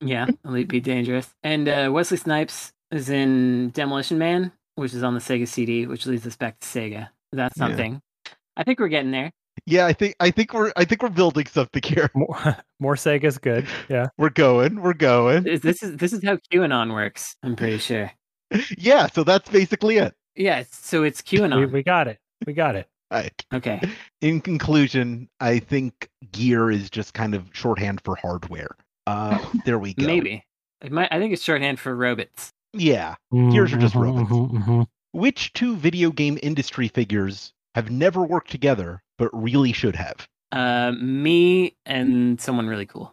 S3: Yeah,
S2: <laughs>
S3: Elite Be Dangerous. And uh, Wesley Snipes is in Demolition Man, which is on the Sega CD, which leads us back to Sega. That's
S2: Yeah.
S3: something. I think we're getting there.
S2: Yeah, I think I think we're I think we're building something here. <laughs>
S4: More, <laughs> more Sega's good. Yeah.
S2: We're going. We're going. <laughs>
S3: This this is this is how QAnon works. I'm pretty sure.
S2: Yeah, so that's basically it.
S3: Yeah. So it's
S4: We,
S3: QAnon.
S4: we got it. We got it.
S2: All right.
S3: Okay.
S2: In conclusion, I think gear is just kind of shorthand for hardware. Uh, there we <laughs> go.
S3: Maybe. It might, I think it's shorthand for robots.
S2: Yeah. Gears are just robots. Which two video game industry figures have never worked together but really should have?
S3: Uh, me and someone really cool.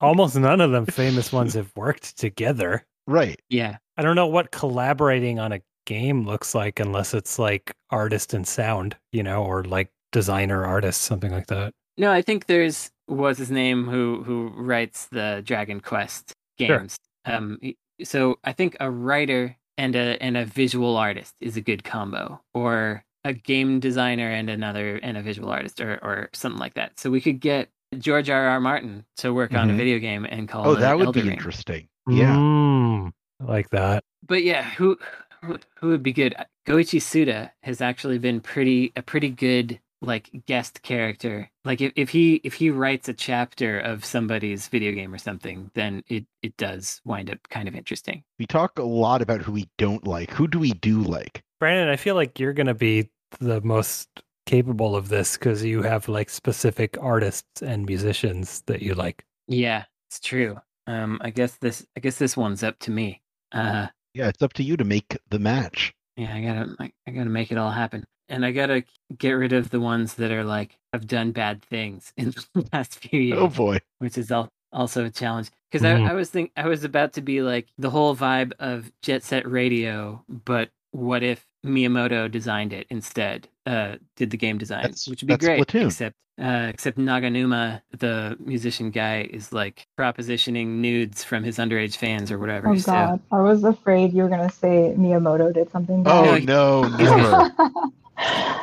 S4: Almost none of them famous ones have worked together.
S2: Right.
S3: Yeah.
S4: I don't know what collaborating on a game looks like unless it's like artist and sound, you know, or like designer artist, something like that.
S3: No, I think there's what's his name who who writes the Dragon Quest
S4: Sure.
S3: games. Um, he- so I think a writer and a and a visual artist is a good combo, or a game designer and another and a visual artist, or or something like that. So we could get George R. R. Martin to work on a
S2: Mhm.
S3: video game and call
S2: Oh,
S3: it
S2: that would
S3: Elden
S2: be
S3: Ring.
S2: interesting. Yeah.
S4: Mm, I like that.
S3: but yeah, who who- who would be good? Goichi Suda has actually been pretty a pretty good like guest character. Like if, if he if he writes a chapter of somebody's video game or something, then it it does wind up kind of interesting.
S2: We talk a lot about who we don't like. Who do we do like?
S4: Brandon, I feel like you're going to be the most capable of this because you have like specific artists and musicians that you like.
S3: Yeah, it's true. Um, I guess this I guess this one's up to me. Uh,
S2: Yeah, it's up to you to make the match.
S3: yeah, I gotta I, I gotta make it all happen, and I gotta get rid of the ones that are like I've done bad things <laughs> in the last few years.
S2: Oh boy.
S3: which is al- also a challenge because
S4: Mhm.
S2: Mm-hmm.
S3: I, I was think I was about to be like the whole vibe of Jet Set Radio, but what if Miyamoto designed it instead? Uh, did the game design,
S2: That's-
S3: which would be
S2: that's
S3: great.
S2: Splatoon.
S3: Except, uh, except Naganuma, the musician guy, is like propositioning nudes from his underage fans or whatever.
S1: Oh
S3: so
S1: god, I was afraid you were gonna say Miyamoto did something.
S2: Oh
S1: bad. <laughs>
S2: no,
S3: <laughs>
S2: never.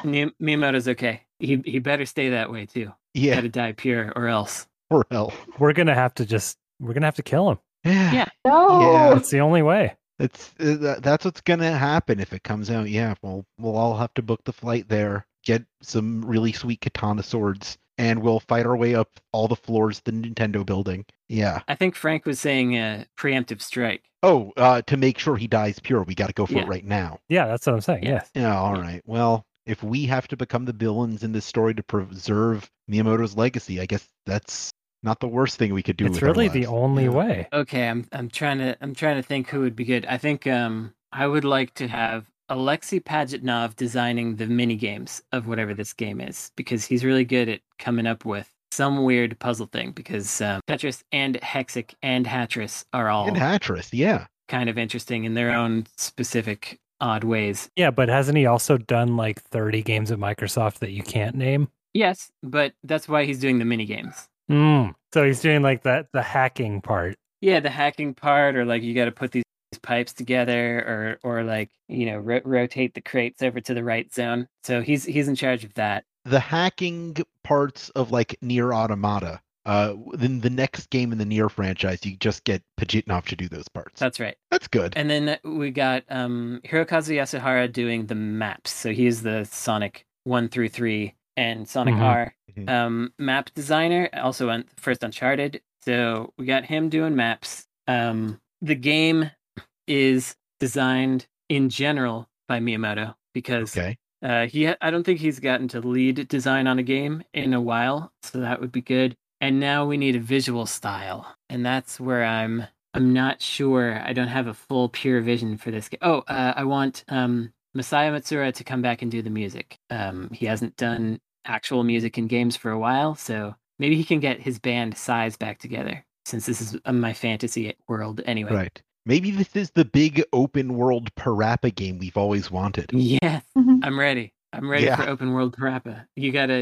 S3: Mi- Miyamoto's okay. He he better stay that way too.
S2: Yeah,
S3: Gotta die pure or else.
S2: or hell.
S4: We're going to have to just, we're going to have to
S2: <laughs>
S4: kill him.
S2: Yeah,
S1: no.
S2: Yeah.
S4: That's the only way.
S2: it's uh, tha- that's what's gonna happen if it comes out. Yeah, well, we'll all have to book the flight there, get some really sweet katana swords, and we'll fight our way up all the floors of the Nintendo building. Yeah.
S3: I think Frank was saying uh, preemptive strike.
S2: Oh, uh, to make sure he dies pure, we got to go for
S3: Yeah.
S2: it right now.
S4: Yeah, that's what I'm saying.
S3: Yeah.
S4: Yes.
S2: Yeah. All
S3: Yeah.
S2: right. Well, if we have to become the villains in this story to preserve Miyamoto's legacy, I guess that's not the worst thing we could do.
S4: it's
S2: with our
S4: really the
S2: lives.
S4: only
S2: Yeah.
S4: way.
S3: Okay, I'm I'm trying to I'm trying to think who would be good. I think um I would like to have Alexei Pajitnov designing the mini games of whatever this game is because he's really good at coming up with some weird puzzle thing because um, Tetris and Hexic and Hatris are all
S2: And Hatris, yeah.
S3: kind of interesting in their own specific odd ways.
S4: Yeah, but hasn't he also done like 30 games at Microsoft that you can't name?
S3: Yes, but that's why he's doing the mini games.
S4: Mm. So he's doing like that the hacking part.
S3: yeah the hacking part or like you got to put these these pipes together or or like you know ro- rotate the crates over to the right zone so he's he's in charge of that
S2: the hacking parts of like near automata uh then the next game in the near franchise you just get pajitnov to do those parts
S3: that's right
S2: that's good
S3: and then we got um hirokazu yasuhara doing the maps so he's the sonic 1 through 3 and sonic
S4: Mhm.
S3: r
S2: Mhm.
S3: um map designer also on first uncharted so we got him doing maps um the game is designed in general by miyamoto because
S2: okay
S3: Uh, he, ha- I don't think he's gotten to lead design on a game in a while, so that would be good. And now we need a visual style, and that's where I'm. I'm not sure. I don't have a full pure vision for this game. Oh, uh, I want um, Masaya Matsura to come back and do the music. Um, he hasn't done actual music in games for a while, so maybe he can get his band size back together. Since this is uh, my fantasy world, anyway. <laughs>
S2: right maybe this is the big open world parappa game we've always wanted
S3: Yes.
S1: <laughs>
S3: I'm ready. I'm ready
S2: Yeah.
S3: for open world parappa. You gotta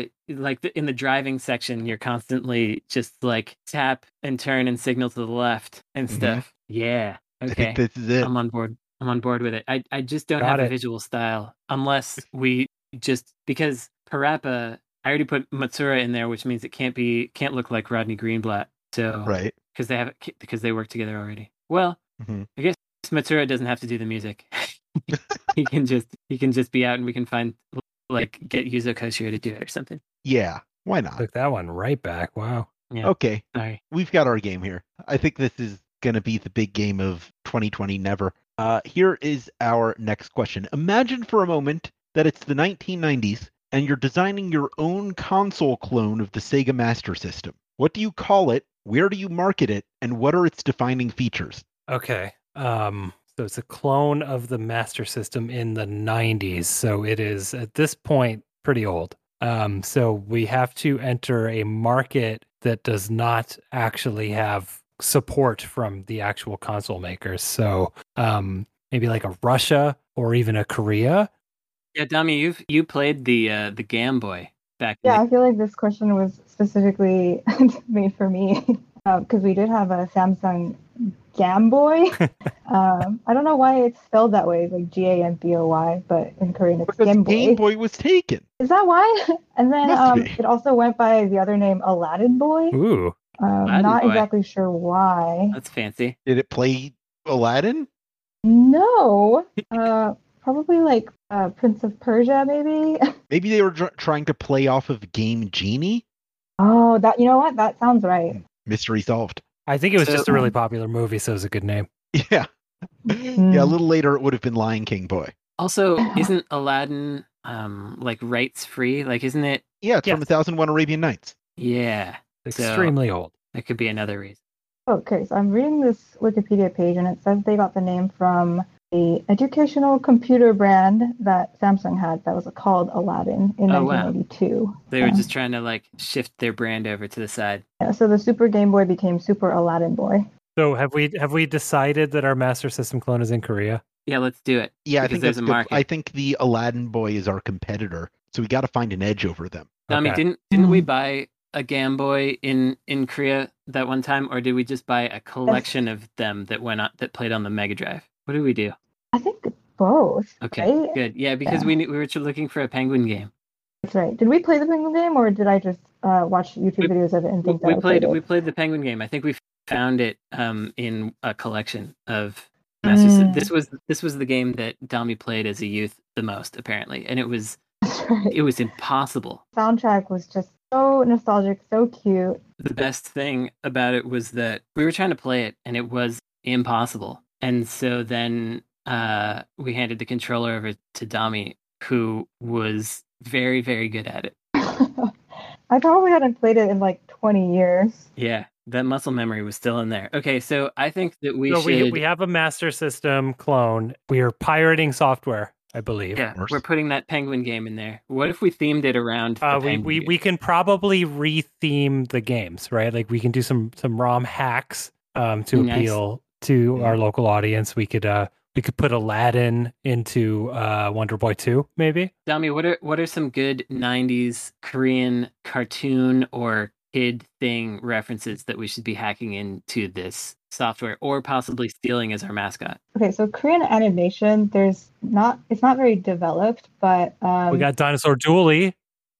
S3: like the, in the driving section, you're constantly just like tap and turn and signal to the left and
S2: Mhm.
S3: stuff. Yeah.
S2: i
S3: Okay.
S2: think this is it
S3: I'm on board. I'm on board with it. I, I just don't
S4: Got
S3: have
S4: it.
S3: a visual style unless we just because Parappa. I already put Matsura in there, which means it can't be can't look like Rodney Greenblatt. So
S2: right
S3: because they have because they work together already. Well,
S2: Mhm.
S3: I guess <laughs> Matsura doesn't have to do the music. he can just he can just be out, and we can find like get Yuzo Koshiro to do it or something.
S2: Yeah, why not?
S4: Took that one right back. Wow.
S3: Yeah.
S2: Okay,
S3: Sorry.
S2: we've got our game here. I think this is going to be the big game of 2020 never. Uh, here is our next question. Imagine for a moment that it's the 1990s and you're designing your own console clone of the Sega Master System. What do you call it? Where do you market it? And what are its defining features?
S4: Okay. Um, so it's a clone of the Master System in the 90s. So it is at this point pretty old. Um, so we have to enter a market that does not actually have support from the actual console makers. So um, maybe like a Russia or even a Korea.
S3: Yeah, Dami, you have you played the uh, the Game Boy back.
S1: Yeah,
S3: In
S1: I feel like this question was specifically <laughs> made for me <laughs> because we did have a Samsung Game
S3: <laughs>
S1: Boy. um, I don't know why it's spelled that way, like G A M B O Y, but in Korean it's
S2: Because
S1: Game
S2: Game
S1: Boy.
S2: Boy was taken.
S1: Is that why? <laughs> And then
S2: Must
S1: um,
S2: be.
S1: it also went by the other name Aladdin Boy.
S4: Ooh.
S1: Um,
S3: Aladdin
S1: not
S3: Boy.
S1: exactly sure why.
S3: that's fancy.
S2: Did it play Aladdin?
S1: No, uh, probably like uh, Prince of Persia, maybe. <laughs>
S2: Maybe they were dr- trying to play off of Game Genie?
S1: Oh, that you know what? That sounds right.
S2: Mystery solved.
S4: I think it was
S3: So-
S4: just a really popular movie, so it was a good name.
S2: Yeah. <laughs> <laughs>
S1: Mm.
S2: Yeah, a little later it would have been Lion King Boy.
S1: <laughs>
S3: Also, isn't Aladdin um like rights free? Like, isn't it?
S2: Yeah, it's
S4: Yeah.
S2: from A Thousand One Arabian Nights.
S3: Yeah, So-
S4: Extremely old.
S3: that could be another reason.
S1: Okay, so I'm reading this Wikipedia page, and it says they got the name from the educational computer brand that Samsung had that was called Aladdin in
S3: Oh, wow.
S1: 1982.
S3: They were
S1: Yeah.
S3: just trying to like shift their brand over to the side.
S1: Yeah, so the Super Game Boy became Super Aladdin Boy.
S4: So have we have we decided that our Master System clone is in Korea?
S3: Yeah, let's do it.
S2: Yeah, I
S3: Because
S2: think
S3: there's
S2: that's
S3: a
S2: good.
S3: market.
S2: I think the Aladdin Boy is our competitor, so we got to find an edge over them.
S3: Dami,
S4: Okay.
S3: didn't didn't
S1: Mm.
S3: we buy a Game Boy in in Korea that one time, or did we just buy a collection of them that went on that played on the Mega Drive? What did we do?
S1: I think both.
S3: Okay,
S1: Right?
S3: good. Yeah, because we knew, we were looking for a Penguin game.
S1: That's right. Did we play the Penguin Game, or did I just uh, watch YouTube
S3: We-
S1: videos of it and
S3: We,
S1: think that
S3: we
S1: I
S3: played
S1: it?
S3: we played the Penguin game. I think we found it um, in a collection of Master Sy-
S1: Mm.
S3: This was this was the game that Dami played as a youth the most apparently, and it was
S1: <laughs> That's right.
S3: it was impossible.
S1: soundtrack was just so nostalgic, so cute. <laughs>
S3: The best thing about it was that we were trying to play it, and it was impossible. And so then uh, we handed the controller over to Dami, who was very very good at it.
S1: I probably hadn't played it in like 20 years.
S3: Yeah, that muscle memory was still in there. Okay, so I think that we
S4: so
S3: should.
S4: we we have a Master System clone. We are pirating software, I believe.
S3: Yeah,
S2: course.
S3: we're putting that penguin game in there. What if we themed it around? the
S4: Uh, we,
S3: penguin
S4: we,
S3: game?
S4: we can probably retheme the games, right? Like we can do some some ROM hacks um, to
S3: Nice.
S4: appeal to our
S3: Mhm.
S4: local audience. We could uh we could put Aladdin into uh Wonder Boy Two, maybe.
S3: Dami, what are what are some good '90s Korean cartoon or kid thing references that we should be hacking into this software, or possibly stealing as our mascot?
S1: Okay, so Korean animation, there's not, it's not very developed, but um,
S4: we got Dinosaur Dooley.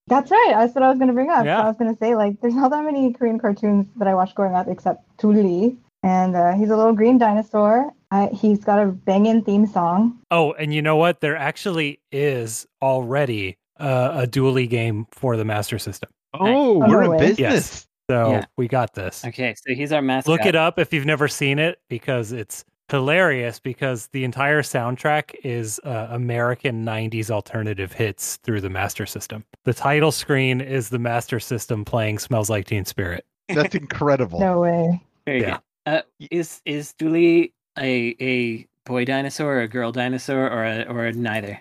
S1: that's right. That's what I was going to bring up.
S4: Yeah.
S1: I was going to say, like, there's not that many Korean cartoons that I watched growing up except Tuli. And uh, he's a little green dinosaur. I, he's got a banging theme song.
S4: Oh, and you know what? There actually is already uh, a Dooley game for the Master System.
S2: Oh,
S1: Oh,
S2: we're
S1: no
S2: in
S1: way.
S3: <laughs>
S2: business.
S4: Yes. So
S3: Yeah.
S4: we got this.
S3: Okay, so he's our mascot.
S4: Look it up if you've never seen it because it's hilarious because the entire soundtrack is uh, American 90s alternative hits through the Master System. The title screen is the Master System playing Smells Like Teen Spirit.
S2: That's incredible.
S1: No way.
S3: Very
S4: Yeah.
S3: good. Uh, is is Dooley a a boy dinosaur or a girl dinosaur or a, or a neither?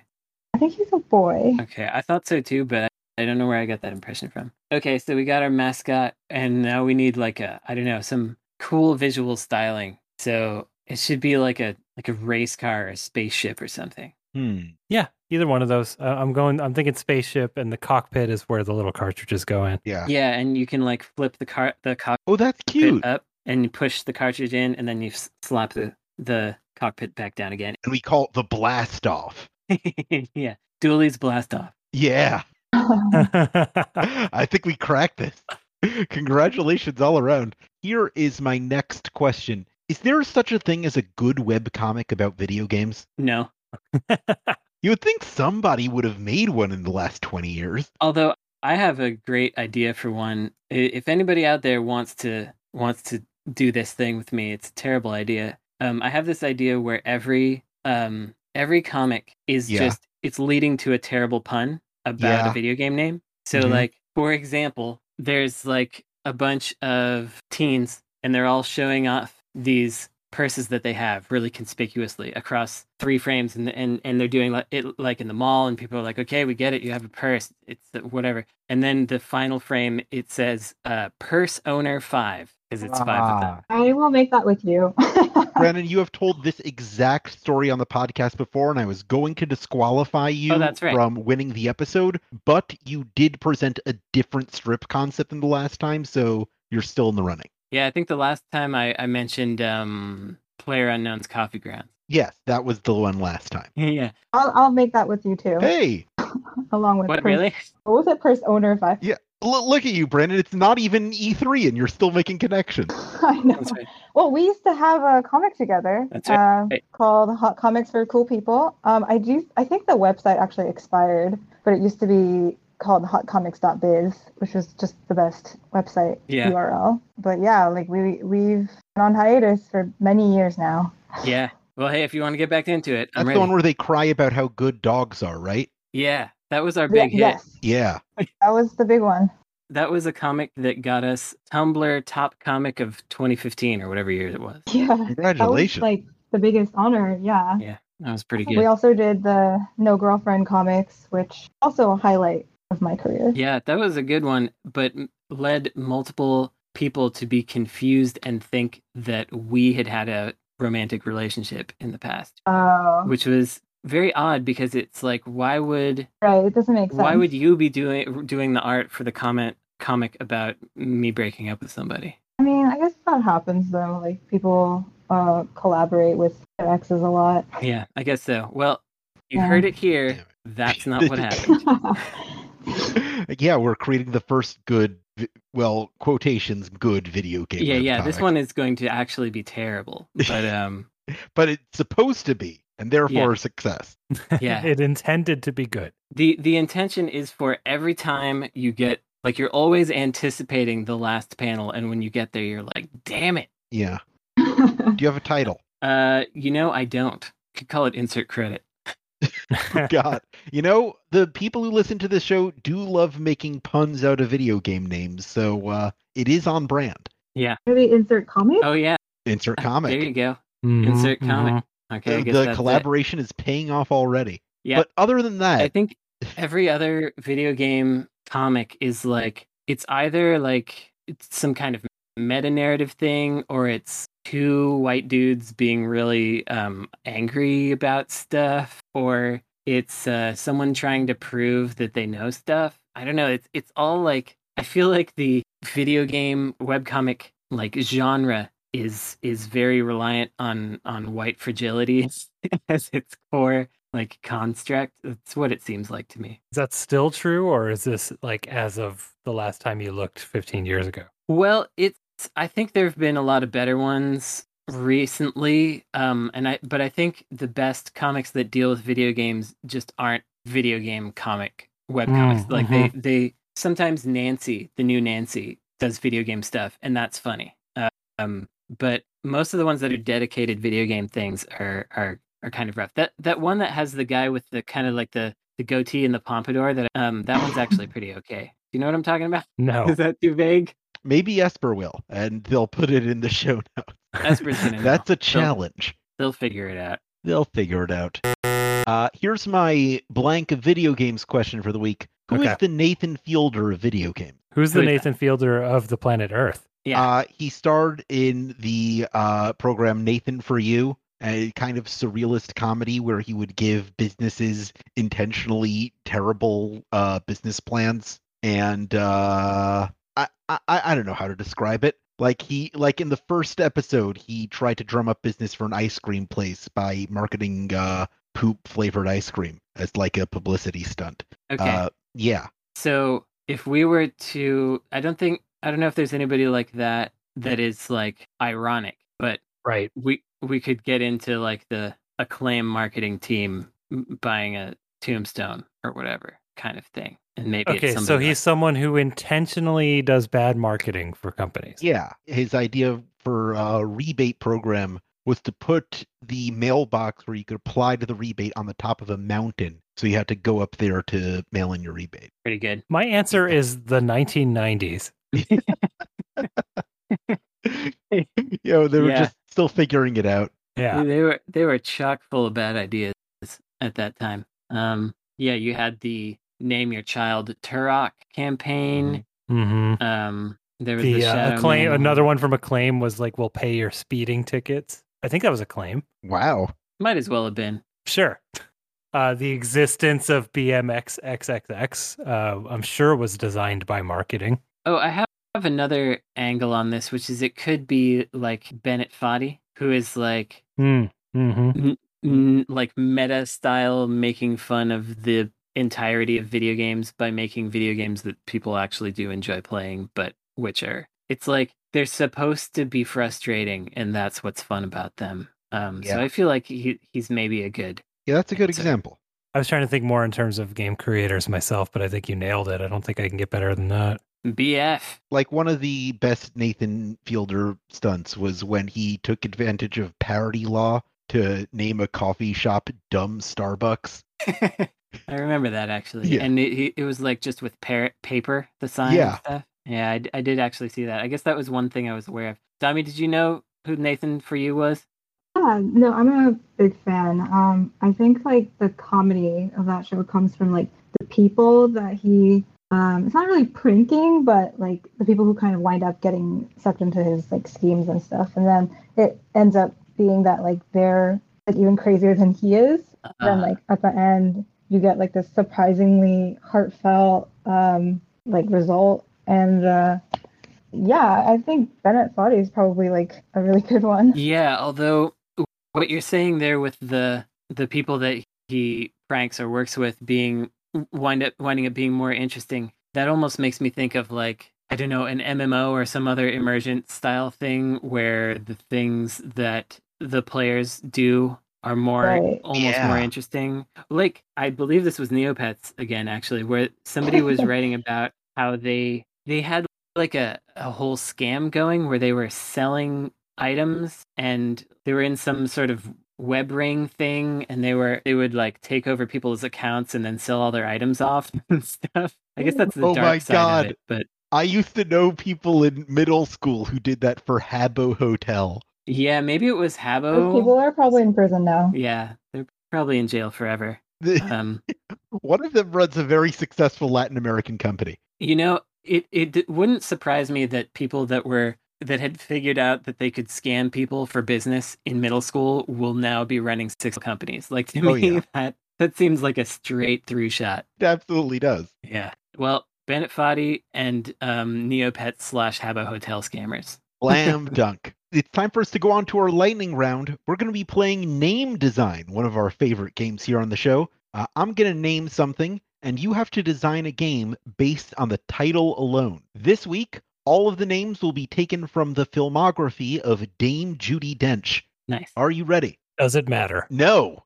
S1: I think he's a
S3: <laughs>
S1: boy.
S3: Okay, I thought so too, but I don't know where I got that impression from. Okay, so we got our mascot, and now we need like a I don't know some cool visual styling. So it should be like a like a race car or a spaceship or something.
S2: Hmm.
S4: Yeah, either one of those. Uh, I'm going, I'm thinking spaceship and the cockpit is where the little cartridges go in. <laughs>
S2: Yeah.
S3: Yeah, uh, and you can like flip the car the cockpit
S2: Oh, that's cute.
S3: up, and you push the cartridge in, and then you s- slap the the cockpit back down again. <laughs>
S2: And we call it the blast off.
S3: yeah, Dooley's blast off. <laughs>
S2: Yeah.
S4: All
S2: I think we cracked this. <laughs> Congratulations all around. Here is my next question. Is there such a thing as a good webcomic about video games?
S3: No,
S2: You would think somebody would have made one in the last 20 years.
S3: Although I have a great idea for one. I- If anybody out there wants to wants to do this thing with me, it's a terrible idea. Um, I have this idea where every um every comic is
S2: Yeah.
S3: just it's leading to a terrible pun about
S2: Yeah.
S3: a video game name. So
S2: Mhm.
S3: like for example, there's like a bunch of teens and they're all showing off these purses that they have really conspicuously across three frames and and and they're doing like it like in the mall and people are like okay we get it you have a purse it's the- whatever and then the final frame it says uh purse owner 5 because it's five of them
S1: I will make that with you. <laughs>
S2: <laughs> Brandon, you have told this exact story on the podcast before, and I was going to disqualify you
S3: Oh, that's right.
S2: from winning the episode, but you did present a different strip concept than the last time, so you're still in the running.
S3: yeah i think the last time i i mentioned um player unknown's coffee grounds <laughs>
S2: Yes, that was the one last time.
S3: yeah
S1: I'll, I'll make that with you too,
S2: Hey,
S1: along with
S3: what
S1: purse-
S3: really
S1: What was it, purse owner? If I,
S2: l- look at you, Brandon. It's not even E3, and you're still making connections.
S1: <laughs> I know.
S3: That's right.
S1: Well, we used to have a comic together
S3: That's
S1: uh,
S3: right.
S1: called Hot Comics for Cool People. Um, I do. I think the website actually expired, but it used to be called hotcomics.biz, which was just the best website
S3: Yeah.
S1: URL. But yeah, like we we've been on hiatus for many years now.
S3: yeah well hey if you want to get back into it i'm
S2: That's
S3: ready
S2: the one where they cry about how good dogs are, right?
S3: yeah that was our
S1: Yeah,
S3: big hit
S1: Yes,
S2: Yeah.
S1: that was the big one. <laughs>
S3: that was a comic that got us tumblr top comic of 2015 or whatever year it was
S1: Yeah, that was
S2: Congratulations.
S1: like the biggest honor. Yeah.
S3: that was pretty
S1: We
S3: good
S1: also did the No Girlfriend comics, which also a highlight of my career.
S3: Yeah, that was a good one, but m- led multiple people to be confused and think that we had had a romantic relationship in the past,
S1: Oh,
S3: which was very odd because it's like why would
S1: right. It doesn't make sense.
S3: why would you be doing doing the art for the comment comic about me breaking up with somebody?
S1: I mean, I guess that happens though. Like people uh, collaborate with their exes a lot. <laughs>
S3: Yeah, I guess so. Well, you
S1: Yeah.
S3: heard it here.
S2: Damn it.
S3: That's not
S2: <laughs>
S3: what happened.
S2: Like, <laughs> yeah, we're creating the first good, vi- well, quotations, good video game.
S3: Yeah,
S2: web
S3: yeah, this
S2: comic.
S3: one is going to actually be terrible. But um
S2: But it's supposed to be, and therefore a success.
S3: Yeah.
S4: it intended to be good.
S3: the the intention is for every time you get like you're always anticipating the last panel and when you get there you're like damn it
S2: Yeah. Do you have a
S3: <laughs>
S2: title?
S3: uh you know i don't could call it insert credit
S2: God. You know, the people who listen to this show do love making puns out of video game names, so uh, it is on brand.
S1: Maybe insert comic.
S3: oh yeah
S2: Insert
S3: there you
S2: comic.
S3: go
S4: Mhm,
S3: insert
S4: mhm.
S3: comic okay I
S2: the
S3: guess
S2: the
S3: that's it.
S2: collaboration is paying off already.
S3: Yeah.
S2: But other than
S3: i
S2: that,
S3: think every other video game comic is like it's either like it's some kind of meta narrative thing or it's two white dudes being really um angry about stuff or it's uh someone trying to prove that they know stuff i don't know it's it's all like i feel like the video game webcomic like genre is is very reliant on on white fragility <laughs> as its core like construct that's what it seems like to me
S4: Is that still true, or is this like as of the last time you looked 15 years ago?
S3: Well, it's I think there have been a lot of better ones recently. Um and I but I think the best comics that deal with video games just aren't video game comic web
S4: Mm,
S3: comics. Like they they sometimes Nancy, the new Nancy, does video game stuff and that's funny. Um but most of the ones that are dedicated video game things are are are kind of rough. That that one that has the guy with the kind of like the the goatee and the pompadour that um that one's actually pretty okay. Do you know what I'm talking about?
S4: No.
S3: Is that too vague?
S2: maybe Esper will, and they'll put it in the show <laughs> notes.
S3: Esper's gonna
S4: <laughs>
S3: know.
S2: That's a
S3: They'll-
S2: challenge.
S3: They'll, figure it out.
S2: They'll figure it out. Uh, here's my blank video games question for the week. Who is
S4: Okay.
S2: the Nathan Fielder of video games?
S4: Who's the
S3: Who is that?
S4: Nathan Fielder of the planet Earth?
S3: Yeah.
S2: Uh, he starred in the uh, program Nathan for You, a kind of surrealist comedy where he would give businesses intentionally terrible uh, business plans, and uh, I, I I don't know how to describe it. Like he like in the first episode, he tried to drum up business for an ice cream place by marketing uh, poop flavored ice cream as like a publicity stunt.
S3: Okay.
S2: Uh, yeah,
S3: so if we were to, I don't think, I don't know if there's anybody like that that is like ironic, but
S4: Right.
S3: we we could get into like the acclaim marketing team m- buying a tombstone or whatever kind of thing. And maybe
S4: Okay,
S3: it's something
S4: so
S3: like-
S4: he's someone who intentionally does bad marketing for companies.
S2: Yeah, his idea for a rebate program was to put the mailbox where you could apply to the rebate on the top of a mountain. So you had to go up there to mail in your rebate.
S3: <laughs> pretty good.
S4: My answer is the 1990s.
S2: you know, they were
S3: Yeah.
S2: just still figuring it out.
S4: Yeah.
S3: They were they were chock full of bad ideas at that time. Um, yeah, you had the name your child Turok campaign.
S4: hmm
S3: Um, there was the,
S4: The uh,
S3: Shadow
S4: acclaim,
S3: Man
S4: another one from Acclaim was like, "We'll pay your speeding tickets." I think that was Acclaim.
S2: Wow.
S3: Might as well have been.
S4: Sure. Uh, the existence of BMX XXX, uh, I'm sure, was designed by marketing.
S3: Oh, I have have another angle on this, which is it could be like Bennett Foddy, who is like
S4: Mm-hmm.
S3: n- like meta style making fun of the entirety of video games by making video games that people actually do enjoy playing but which are it's like they're supposed to be frustrating and that's what's fun about them um so
S2: Yeah.
S3: i feel like he he's maybe a good
S2: Yeah, that's a good
S3: That's it.
S2: example.
S4: I was trying to think more in terms of game creators myself, but I think you nailed it. I don't think I can get better than that.
S3: bf
S2: Like one of the best Nathan Fielder stunts was when he took advantage of parody law to name a coffee shop Dumb Starbucks.
S3: i remember that actually
S2: Yeah.
S3: and it, he- it was like just with par- paper the sign
S2: Yeah.
S3: and stuff yeah I, d- I did actually see that i guess that was one thing i was aware of tommy did you know who nathan for you was
S1: Yeah, no, I'm a big fan. Um, I think like the comedy of that show comes from like the people that he. Um, it's not really pranking, but like the people who kind of wind up getting sucked into his like schemes and stuff, and then it ends up being that like they're like even crazier than he is.
S3: Uh,
S1: then like at the end, you get like this surprisingly heartfelt um, like result, and uh, yeah, I think Bennett Foddy is probably like a really good one.
S3: Yeah, although what you're saying there with the the people that he pranks or works with being wind up winding up being more interesting, that almost makes me think of like I don't know an MMO or some other emergent style thing where the things that the players do are more
S1: Right.
S3: almost
S2: Yeah.
S3: more interesting. Like I believe this was Neopets again actually where
S1: <laughs>
S3: somebody was writing about how they they had like a, a whole scam going where they were selling items and they were in some sort of web ring thing and they were they would like take over people's accounts and then sell all their items off <laughs> and stuff. I guess that's the
S2: Oh
S3: dark
S2: my
S3: side
S2: God.
S3: of it. But
S2: I used to know people in middle school who did that for Habbo Hotel.
S3: yeah, maybe it was
S1: Those people
S3: Habo.
S1: are probably in prison now.
S3: Yeah, they're probably in jail forever. Um
S2: <laughs> One of them runs a very successful Latin American company.
S3: You know, it it d- wouldn't surprise me that people that were that had figured out that they could scam people for business in middle school will now be running six companies. Like to
S2: Oh,
S3: me,
S2: yeah.
S3: that that seems like a straight through shot.
S2: It absolutely does.
S3: Yeah. Well, Bennett Foddy and um, Neopets slash Habbo Hotel scammers.
S2: Blam dunk. It's time for us to go on to our lightning round. We're going to be playing Name Design, one of our favorite games here on the show. Uh, I'm going to name something, and you have to design a game based on the title alone. This week, all of the names will be taken from the filmography of Dame Judy Dench.
S3: Nice.
S2: Are you ready?
S4: Does it matter?
S2: No.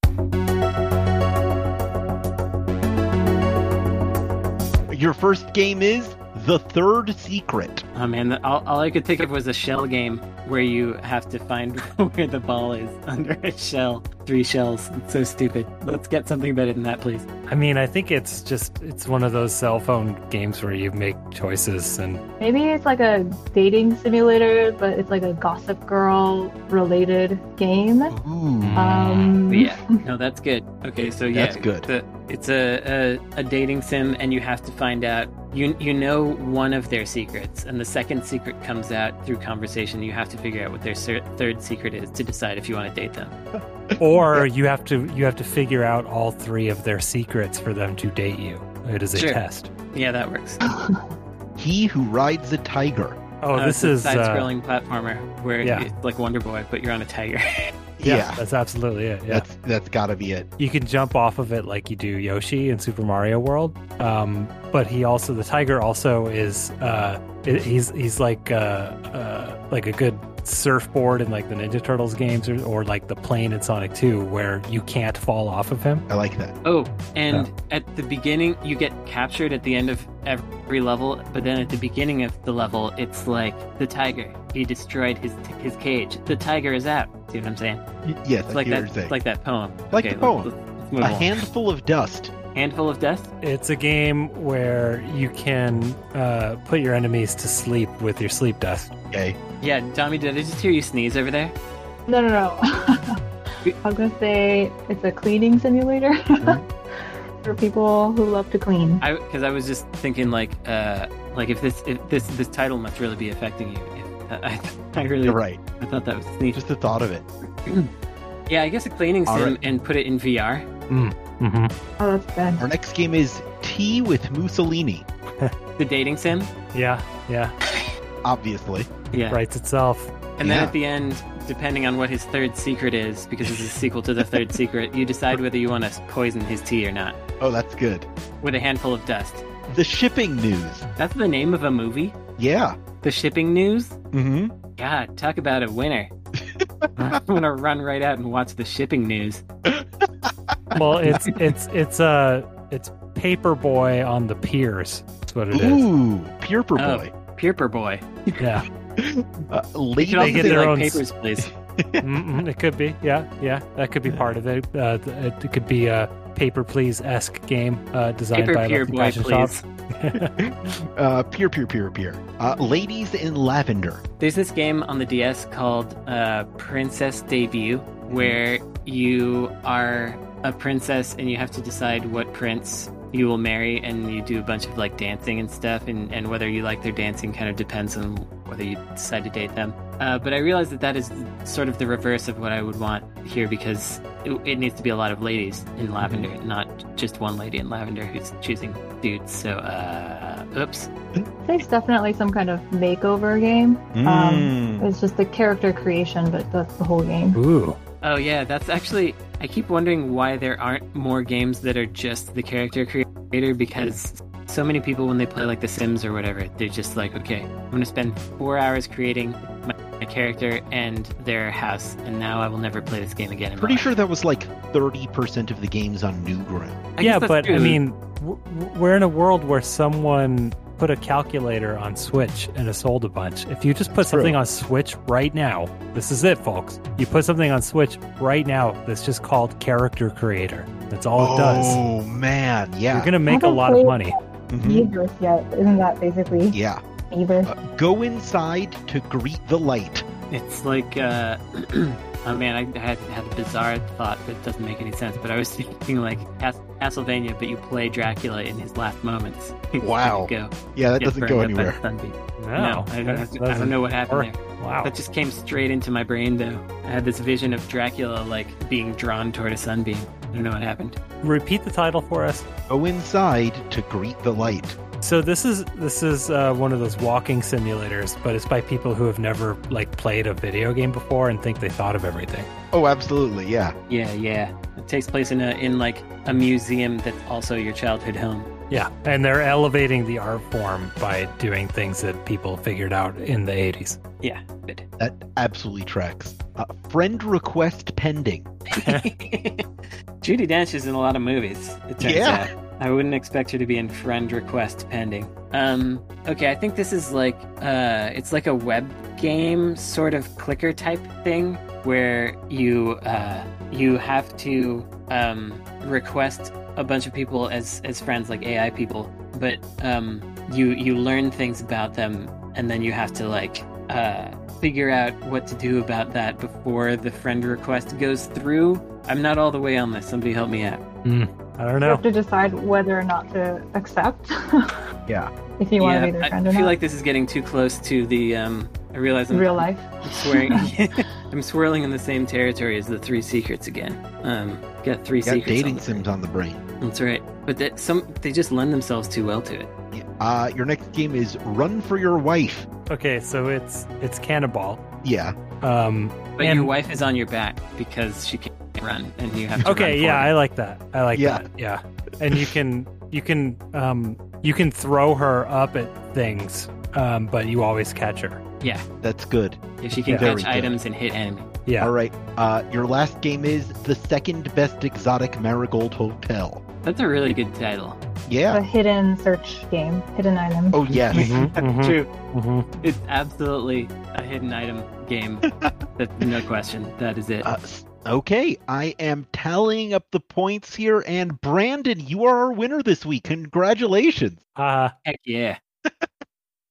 S2: Your first game is The Third Secret.
S3: Oh man, the- all, all I could think of was a shell game where you have to find <laughs> where the ball is under a shell. Three shells. It's so stupid. Let's get something better than that, please.
S4: I mean, I think it's just it's one of those cell phone games where you make choices <laughs> and
S1: Maybe it's like a dating simulator, but it's like a Gossip Girl related game.
S2: Ooh.
S1: Um,
S3: But Oh, yeah, no, that's good. Okay, so yeah,
S2: That's good.
S3: the- it's a, a a dating sim, and you have to find out. You you know one of their secrets, and the second secret comes out through conversation. You have to figure out what their cer- third secret is to decide if you want to date them.
S4: or you have to you have to figure out all three of their secrets for them to date you. It is a
S3: Sure.
S4: test.
S3: Yeah, that works.
S2: He Who Rides a Tiger.
S4: Oh,
S3: Uh, it's
S4: this
S3: a
S4: is uh,
S3: side-scrolling platformer where
S4: yeah.
S3: it's like Wonder Boy, but you're on a tiger. <laughs>
S4: yeah, That's absolutely it. Yeah.
S2: That's that's gotta be it.
S4: you can jump off of it like you do Yoshi in Super Mario World. Um, but he also the tiger also is uh, i- he's he's like uh, uh, like a good surfboard in like the Ninja Turtles games or, or like the plane in Sonic 2 where you can't fall off of him.
S2: I like that.
S3: Oh, and at the beginning, you get captured at the end of every level, but then at the beginning of the level, it's like the tiger. He destroyed his his cage. The tiger is out. See what I'm saying?
S2: Y- yes,
S3: It's
S2: I
S3: like
S2: hear what you're
S3: that.
S2: saying.
S3: Like that poem.
S2: Like
S3: okay,
S2: the poem.
S3: Let's, let's move
S2: a
S3: on.
S2: handful of dust.
S3: Handful of dust.
S4: It's a game where you can uh, put your enemies to sleep with your sleep dust.
S2: Okay.
S3: Yeah, Tommy, did I just hear you sneeze over there?
S1: No, no,
S3: <laughs>
S1: no. I was gonna say it's a cleaning simulator <laughs> for people who love to clean.
S3: Mm-hmm. I because I was just thinking like uh like if this if this this title must really be affecting you. If, uh, <laughs> I, I really
S2: You're right.
S3: I thought that was sneeze.
S2: Just the thought of it.
S3: Yeah, I guess a cleaning
S2: All
S3: sim
S2: right.
S3: and put it in VR.
S4: Mm-hmm.
S1: Oh, that's bad.
S2: Our next game is Tea with Mussolini.
S3: The dating sim.
S4: Yeah, yeah,
S2: Obviously.
S3: Yeah.
S4: writes itself.
S3: And then
S2: Yeah.
S3: at the end, depending on what his third secret is, because it's a sequel to the
S2: <laughs>
S3: third secret, you decide whether you want to poison his tea or not
S2: Oh, that's good.
S3: with a handful of dust.
S2: The shipping news.
S3: That's the name of a movie.
S2: Yeah.
S3: The shipping news.
S2: Mm-hmm.
S3: God, talk about a
S2: <laughs>
S3: winner. <laughs> I'm gonna run right out and watch the shipping news.
S4: Well, it's it's it's uh, it's Paperboy on the piers. That's what it is.
S2: Ooh, Pure
S3: Oh.
S2: Boy.
S3: Pierper boy.
S4: Yeah,
S2: Uh,
S3: They should also
S2: ladies
S4: get
S3: do,
S4: their
S3: like
S4: own s-
S3: papers, please.
S4: Mm-mm, Mm-hmm, it could be. Yeah, yeah, that could be part of it. Uh, th- it- it could be a paper please esque game uh, designed
S3: Paper
S4: by
S3: pier
S4: Lefty
S3: boy,
S4: Fashion Shop.
S3: please.
S2: and, uh, Pure, Pure, Pure, Pure. Uh, ladies in lavender.
S3: There's this game on the DS called uh, Princess Debut, where you are a princess and you have to decide what prince you will marry, and you do a bunch of like dancing and stuff, and, and whether you like their dancing kind of depends on whether you decide to date them. Uh, but I realize that that is sort of the reverse of what I would want here because it, it needs to be a lot of ladies in lavender, not just one lady in lavender who's choosing dudes. So, uh, oops.
S1: It's definitely some kind of makeover game.
S4: Mm.
S1: Um,
S2: Mm.
S1: It's just the character creation, but that's the whole game.
S4: Ooh,
S3: Oh yeah, that's actually. I keep wondering why there aren't more games that are just the character creator because so many people when they play like The Sims or whatever, they're just like, okay, I'm gonna spend four hours creating my, my character and their house, and now I will never play this game again. in my
S2: Pretty
S3: life."
S2: sure that was like 30% of the games on Newgrounds.
S3: I guess
S4: yeah,
S3: that's
S4: but I
S3: true.
S4: mean, w- w- we're in a world where someone put a calculator on Switch and has sold a bunch. If you just put
S2: True.
S4: something on Switch right now, this is it, folks. You put something on Switch right now that's just called character creator. That's all it does.
S2: Oh, man.
S4: You're
S2: Yeah.
S4: gonna Mm-hmm. make a
S1: don't
S4: lot of
S1: play-
S4: money.
S2: Mhm.
S1: Needless yet, isn't that basically
S2: Yeah.
S1: either?
S2: Uh, go inside to greet the light.
S3: it's like, uh, <clears throat> oh man, I had, had a bizarre thought that doesn't make any sense, but I was <laughs> thinking like Cas- Castlevania, but you play Dracula in his last moments. <laughs>
S2: Wow.
S3: Go.
S2: Yeah, that
S3: Get
S2: doesn't
S3: burned
S2: go
S3: up by
S2: anywhere.
S3: Sunbeam. No, Oh, I, don't,
S4: that
S3: I don't
S4: doesn't-
S3: know what happened
S4: work.
S3: there.
S4: Wow.
S3: That just came straight into my brain, though. I had this vision of Dracula, like, being drawn toward a sunbeam. I don't know what happened.
S4: Repeat the title for us.
S2: Go inside to greet the light.
S4: So this is this is uh, one of those walking simulators, but it's by people who have never like played a video game before and think they thought of everything.
S2: Oh, absolutely. Yeah.
S3: Yeah, yeah. It takes place in a in like a museum that's also your childhood home.
S4: Yeah, and they're elevating the art form by doing things that people figured out in the '80s.
S3: Yeah, good.
S2: That absolutely tracks. Uh, friend request pending.
S3: <laughs> Judy Dench is in a lot of movies. It turns
S2: Yeah.
S3: out. I wouldn't expect her to be in friend request pending. Um, okay, I think this is like uh, it's like a web game sort of clicker type thing where you uh, you have to um, request a bunch of people as as friends, like AI people, but um, you you learn things about them, and then you have to like. Uh, figure out what to do about that before the friend request goes through. I'm not all the way on this. Somebody help me out.
S4: I don't
S1: You
S4: know.
S1: have to decide whether or not to accept. <laughs>
S2: Yeah.
S1: If you want to be
S3: I
S1: their friend or
S3: feel
S1: not.
S3: like this is getting too close to the. Um, I realize I'm,
S1: Real life.
S3: I'm <laughs> swearing. I'm swirling in the same territory as the three secrets again. Um, got three
S2: Got
S3: secrets. on
S2: dating
S3: the-
S2: sims on the brain.
S3: That's right. But that, some they just lend themselves too well to it.
S2: Uh, your next game is Run for Your Wife.
S4: Okay, so it's it's Cannonball.
S2: Yeah.
S4: Um,
S3: But your
S4: and-
S3: wife is on your back because she can't run, and you have to.
S4: okay,
S3: run
S4: yeah,
S3: for
S4: I like that. I like
S2: Yeah.
S4: that. Yeah, and you can you can um you can throw her up at things, um, but you always catch her.
S3: Yeah.
S2: That's good.
S3: If she can
S4: Yeah.
S2: Very
S3: catch
S2: good.
S3: items and hit enemy.
S4: Yeah.
S2: All right. Uh, your last game is The Second Best Exotic Marigold Hotel.
S3: That's a really good title.
S1: The
S2: Yeah.
S1: hidden search game, hidden item.
S2: Oh, yes.
S3: Mm-hmm.
S4: Mhm, mhm,
S3: True.
S4: mhm.
S3: It's absolutely a hidden item game. That's no question. That is it.
S2: Uh, s- okay, I am tallying up the points here, and Brandon, you are our winner this week. Congratulations!
S4: Uh,
S3: Heck yeah.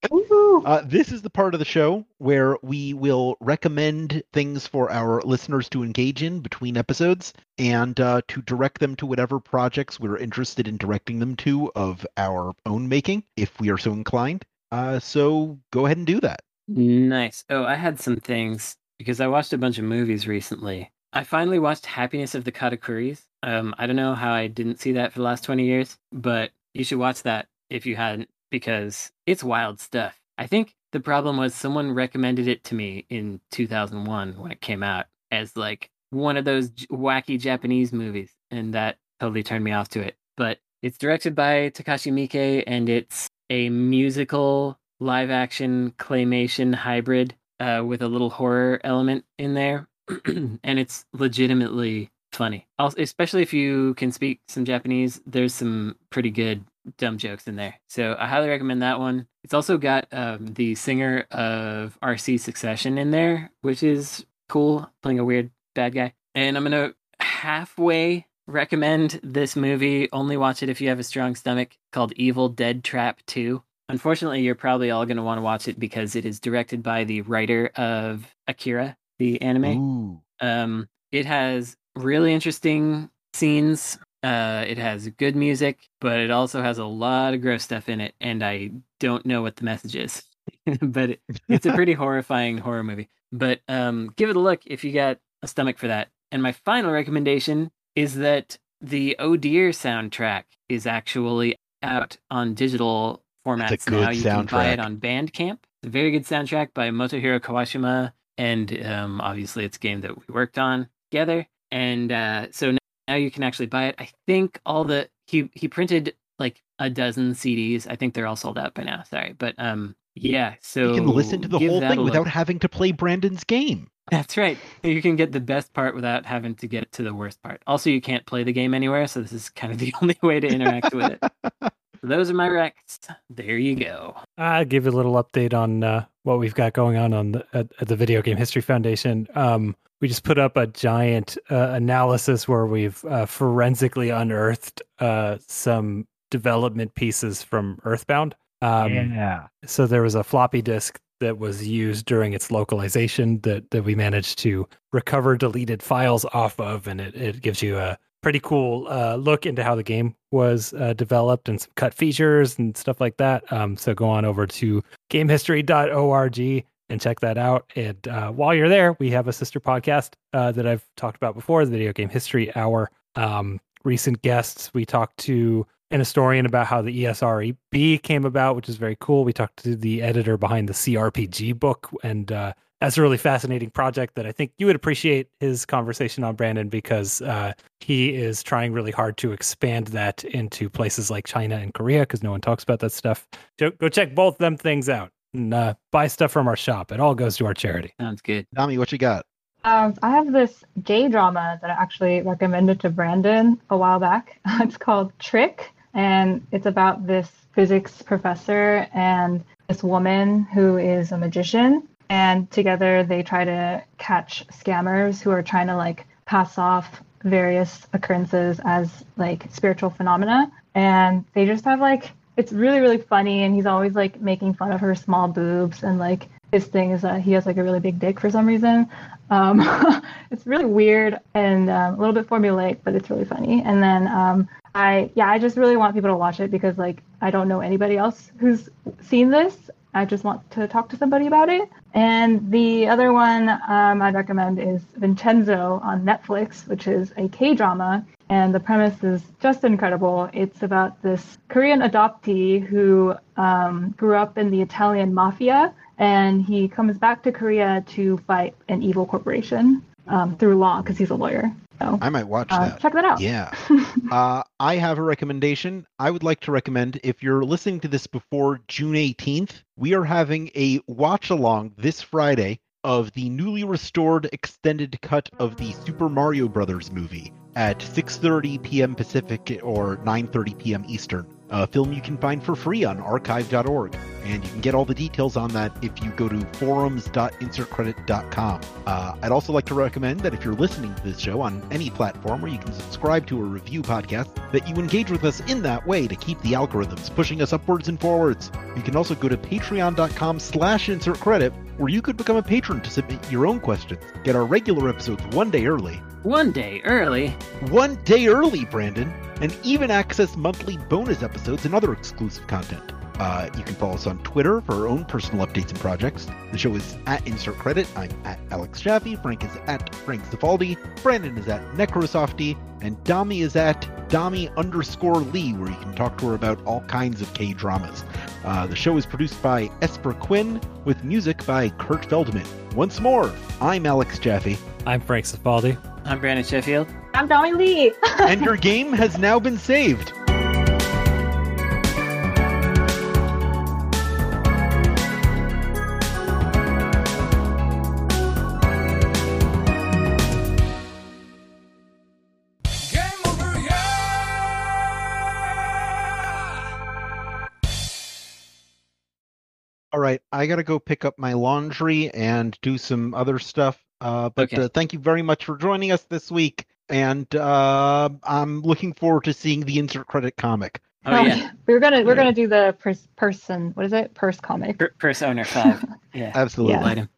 S1: Woohoo.
S2: Uh, this is the part of the show where we will recommend things for our listeners to engage in between episodes and uh, to direct them to whatever projects we're interested in directing them to of our own making, if we are so inclined. Uh, so go ahead and do that.
S3: Nice. Oh, I had some things because I watched a bunch of movies recently. I finally watched Happiness of the Katakuris. Um, I don't know how I didn't see that for the last 20 years, but you should watch that if you hadn't because it's wild stuff. I think the problem was someone recommended it to me in 2001 when it came out as like one of those j- wacky Japanese movies, and that totally turned me off to it. But it's directed by Takashi Miike and it's a musical live action claymation hybrid uh, with a little horror element in there. <clears throat> and it's legitimately funny. Also, especially if you can speak some Japanese, there's some pretty good dumb jokes in there. So I highly recommend that one. It's also got um, the singer of RC Succession in there, which is cool, playing a weird bad guy. And I'm going to halfway recommend this movie. Only watch it if you have a strong stomach called Evil Dead Trap 2. Unfortunately, you're probably all going to want to watch it because it is directed by the writer of Akira, the anime.
S2: Ooh.
S3: Um, it has really interesting scenes. Uh, it has good music, but it also has a lot of gross stuff in it, and I don't know what the message is. <laughs> but it, it's a pretty horrifying horror movie. But um, give it a look if you got a stomach for that. And my final recommendation is that the Oh Dear soundtrack is actually out on digital formats
S2: That's a
S3: now.
S2: good
S3: You can buy it
S2: soundtrack.
S3: on Bandcamp. It's a very good soundtrack by Motohiro Kawashima, and um, obviously it's a game that we worked on together. And uh, so now, now you can actually buy it. I think all the he he printed like a dozen CDs. I think they're all sold out by now. Sorry, but um, yeah. So
S2: <laughs> you can listen to the
S3: give
S2: whole
S3: that a
S2: thing
S3: look.
S2: without having to play Brandon's game.
S3: That's right. You can get the best part without having to get to the worst part. Also, you can't play the game anywhere, so this is kind of the <laughs> only way to interact <laughs> with it. So those are my recs. There you go.
S4: I'll give you a little update on uh, what we've got going on on the, at, at the Video Game History Foundation. Um, we just put up a giant uh, analysis where we've uh, forensically unearthed uh, some development pieces from Earthbound. Um,
S6: yeah.
S4: so there was a floppy disk that was used during its localization that that we managed to recover deleted files off of and it, it gives you a pretty cool uh, look into how the game was uh, developed and some cut features and stuff like that um, so go on over to gamehistory.org and check that out and uh, while you're there we have a sister podcast uh, that i've talked about before the video game history hour um, recent guests we talked to an historian about how the E ESREB came about, which is very cool. We talked to the editor behind the CRPG book, and uh, that's a really fascinating project that I think you would appreciate his conversation on Brandon because uh, he is trying really hard to expand that into places like China and Korea because no one talks about that stuff. So go check both them things out and uh, buy stuff from our shop. It all goes to our charity.
S3: Sounds good.
S2: Tommy, what you got?
S1: Um, I have this J drama that I actually recommended to Brandon a while back. <laughs> It's called Trick, and it's about this physics professor and this woman who is a magician. And together they try to catch scammers who are trying to like pass off various occurrences as like spiritual phenomena. And they just have like, it's really, really funny. And he's always like making fun of her small boobs. And like his thing is that he has like a really big dick for some reason. Um, <laughs> it's really weird and um, a little bit formulaic, but it's really funny. And then um, I, yeah, I just really want people to watch it because like I don't know anybody else who's seen this. I just want to talk to somebody about it. And the other one um, I'd recommend is Vincenzo on Netflix, which is a K drama. And the premise is just incredible. It's about this Korean adoptee who um, grew up in the Italian mafia and he comes back to Korea to fight an evil corporation um, through law because he's a lawyer. So
S2: I might watch
S1: uh,
S2: that.
S1: check that out.
S2: Yeah.
S1: <laughs>
S2: Uh, I have a recommendation. I would like to recommend if you're listening to this before June 18th, we are having a watch along this Friday of the newly restored extended cut of the Super Mario Brothers movie at 6:30 p.m. Pacific or 9:30 p.m. Eastern. A film you can find for free on archive.org, and you can get all the details on that if you go to forums.insertcredit.com. Uh, I'd also like to recommend that if you're listening to this show on any platform where you can subscribe to a review podcast, that you engage with us in that way to keep the algorithms pushing us upwards and forwards. You can also go to patreon.com slash insert credit, where you could become a patron to submit your own questions, get our regular episodes one day early,
S3: One day early.
S2: one day early, Brandon, and even access monthly bonus episodes and other exclusive content. Uh, you can follow us on Twitter for our own personal updates and projects. The show is at Insert Credit. I'm at Alex Jaffe. Frank is at Frank Zafaldi. Brandon is at Necrosofty. And Dami is at Dami underscore Lee, where you can talk to her about all kinds of K dramas. Uh, the show is produced by Esper Quinn with music by Kurt Feldman. Once more, I'm Alex Jaffe.
S4: I'm Frank Sifaldi.
S3: I'm Brandon Sheffield.
S1: I'm Tommy Lee.
S2: and your game has now been saved.
S6: Game over, yeah!
S2: All right, I gotta go pick up my laundry and do some other stuff. Uh, but
S3: Okay.
S2: uh, thank you very much for joining us this week, and uh, I'm looking forward to seeing the insert credit comic.
S3: Oh yeah,
S1: <laughs> we were gonna we're
S3: Yeah.
S1: gonna do the pers- person. What is it? Purse comic.
S3: per- Persona Five. Yeah,
S2: Absolutely.
S1: Yeah.
S3: light him.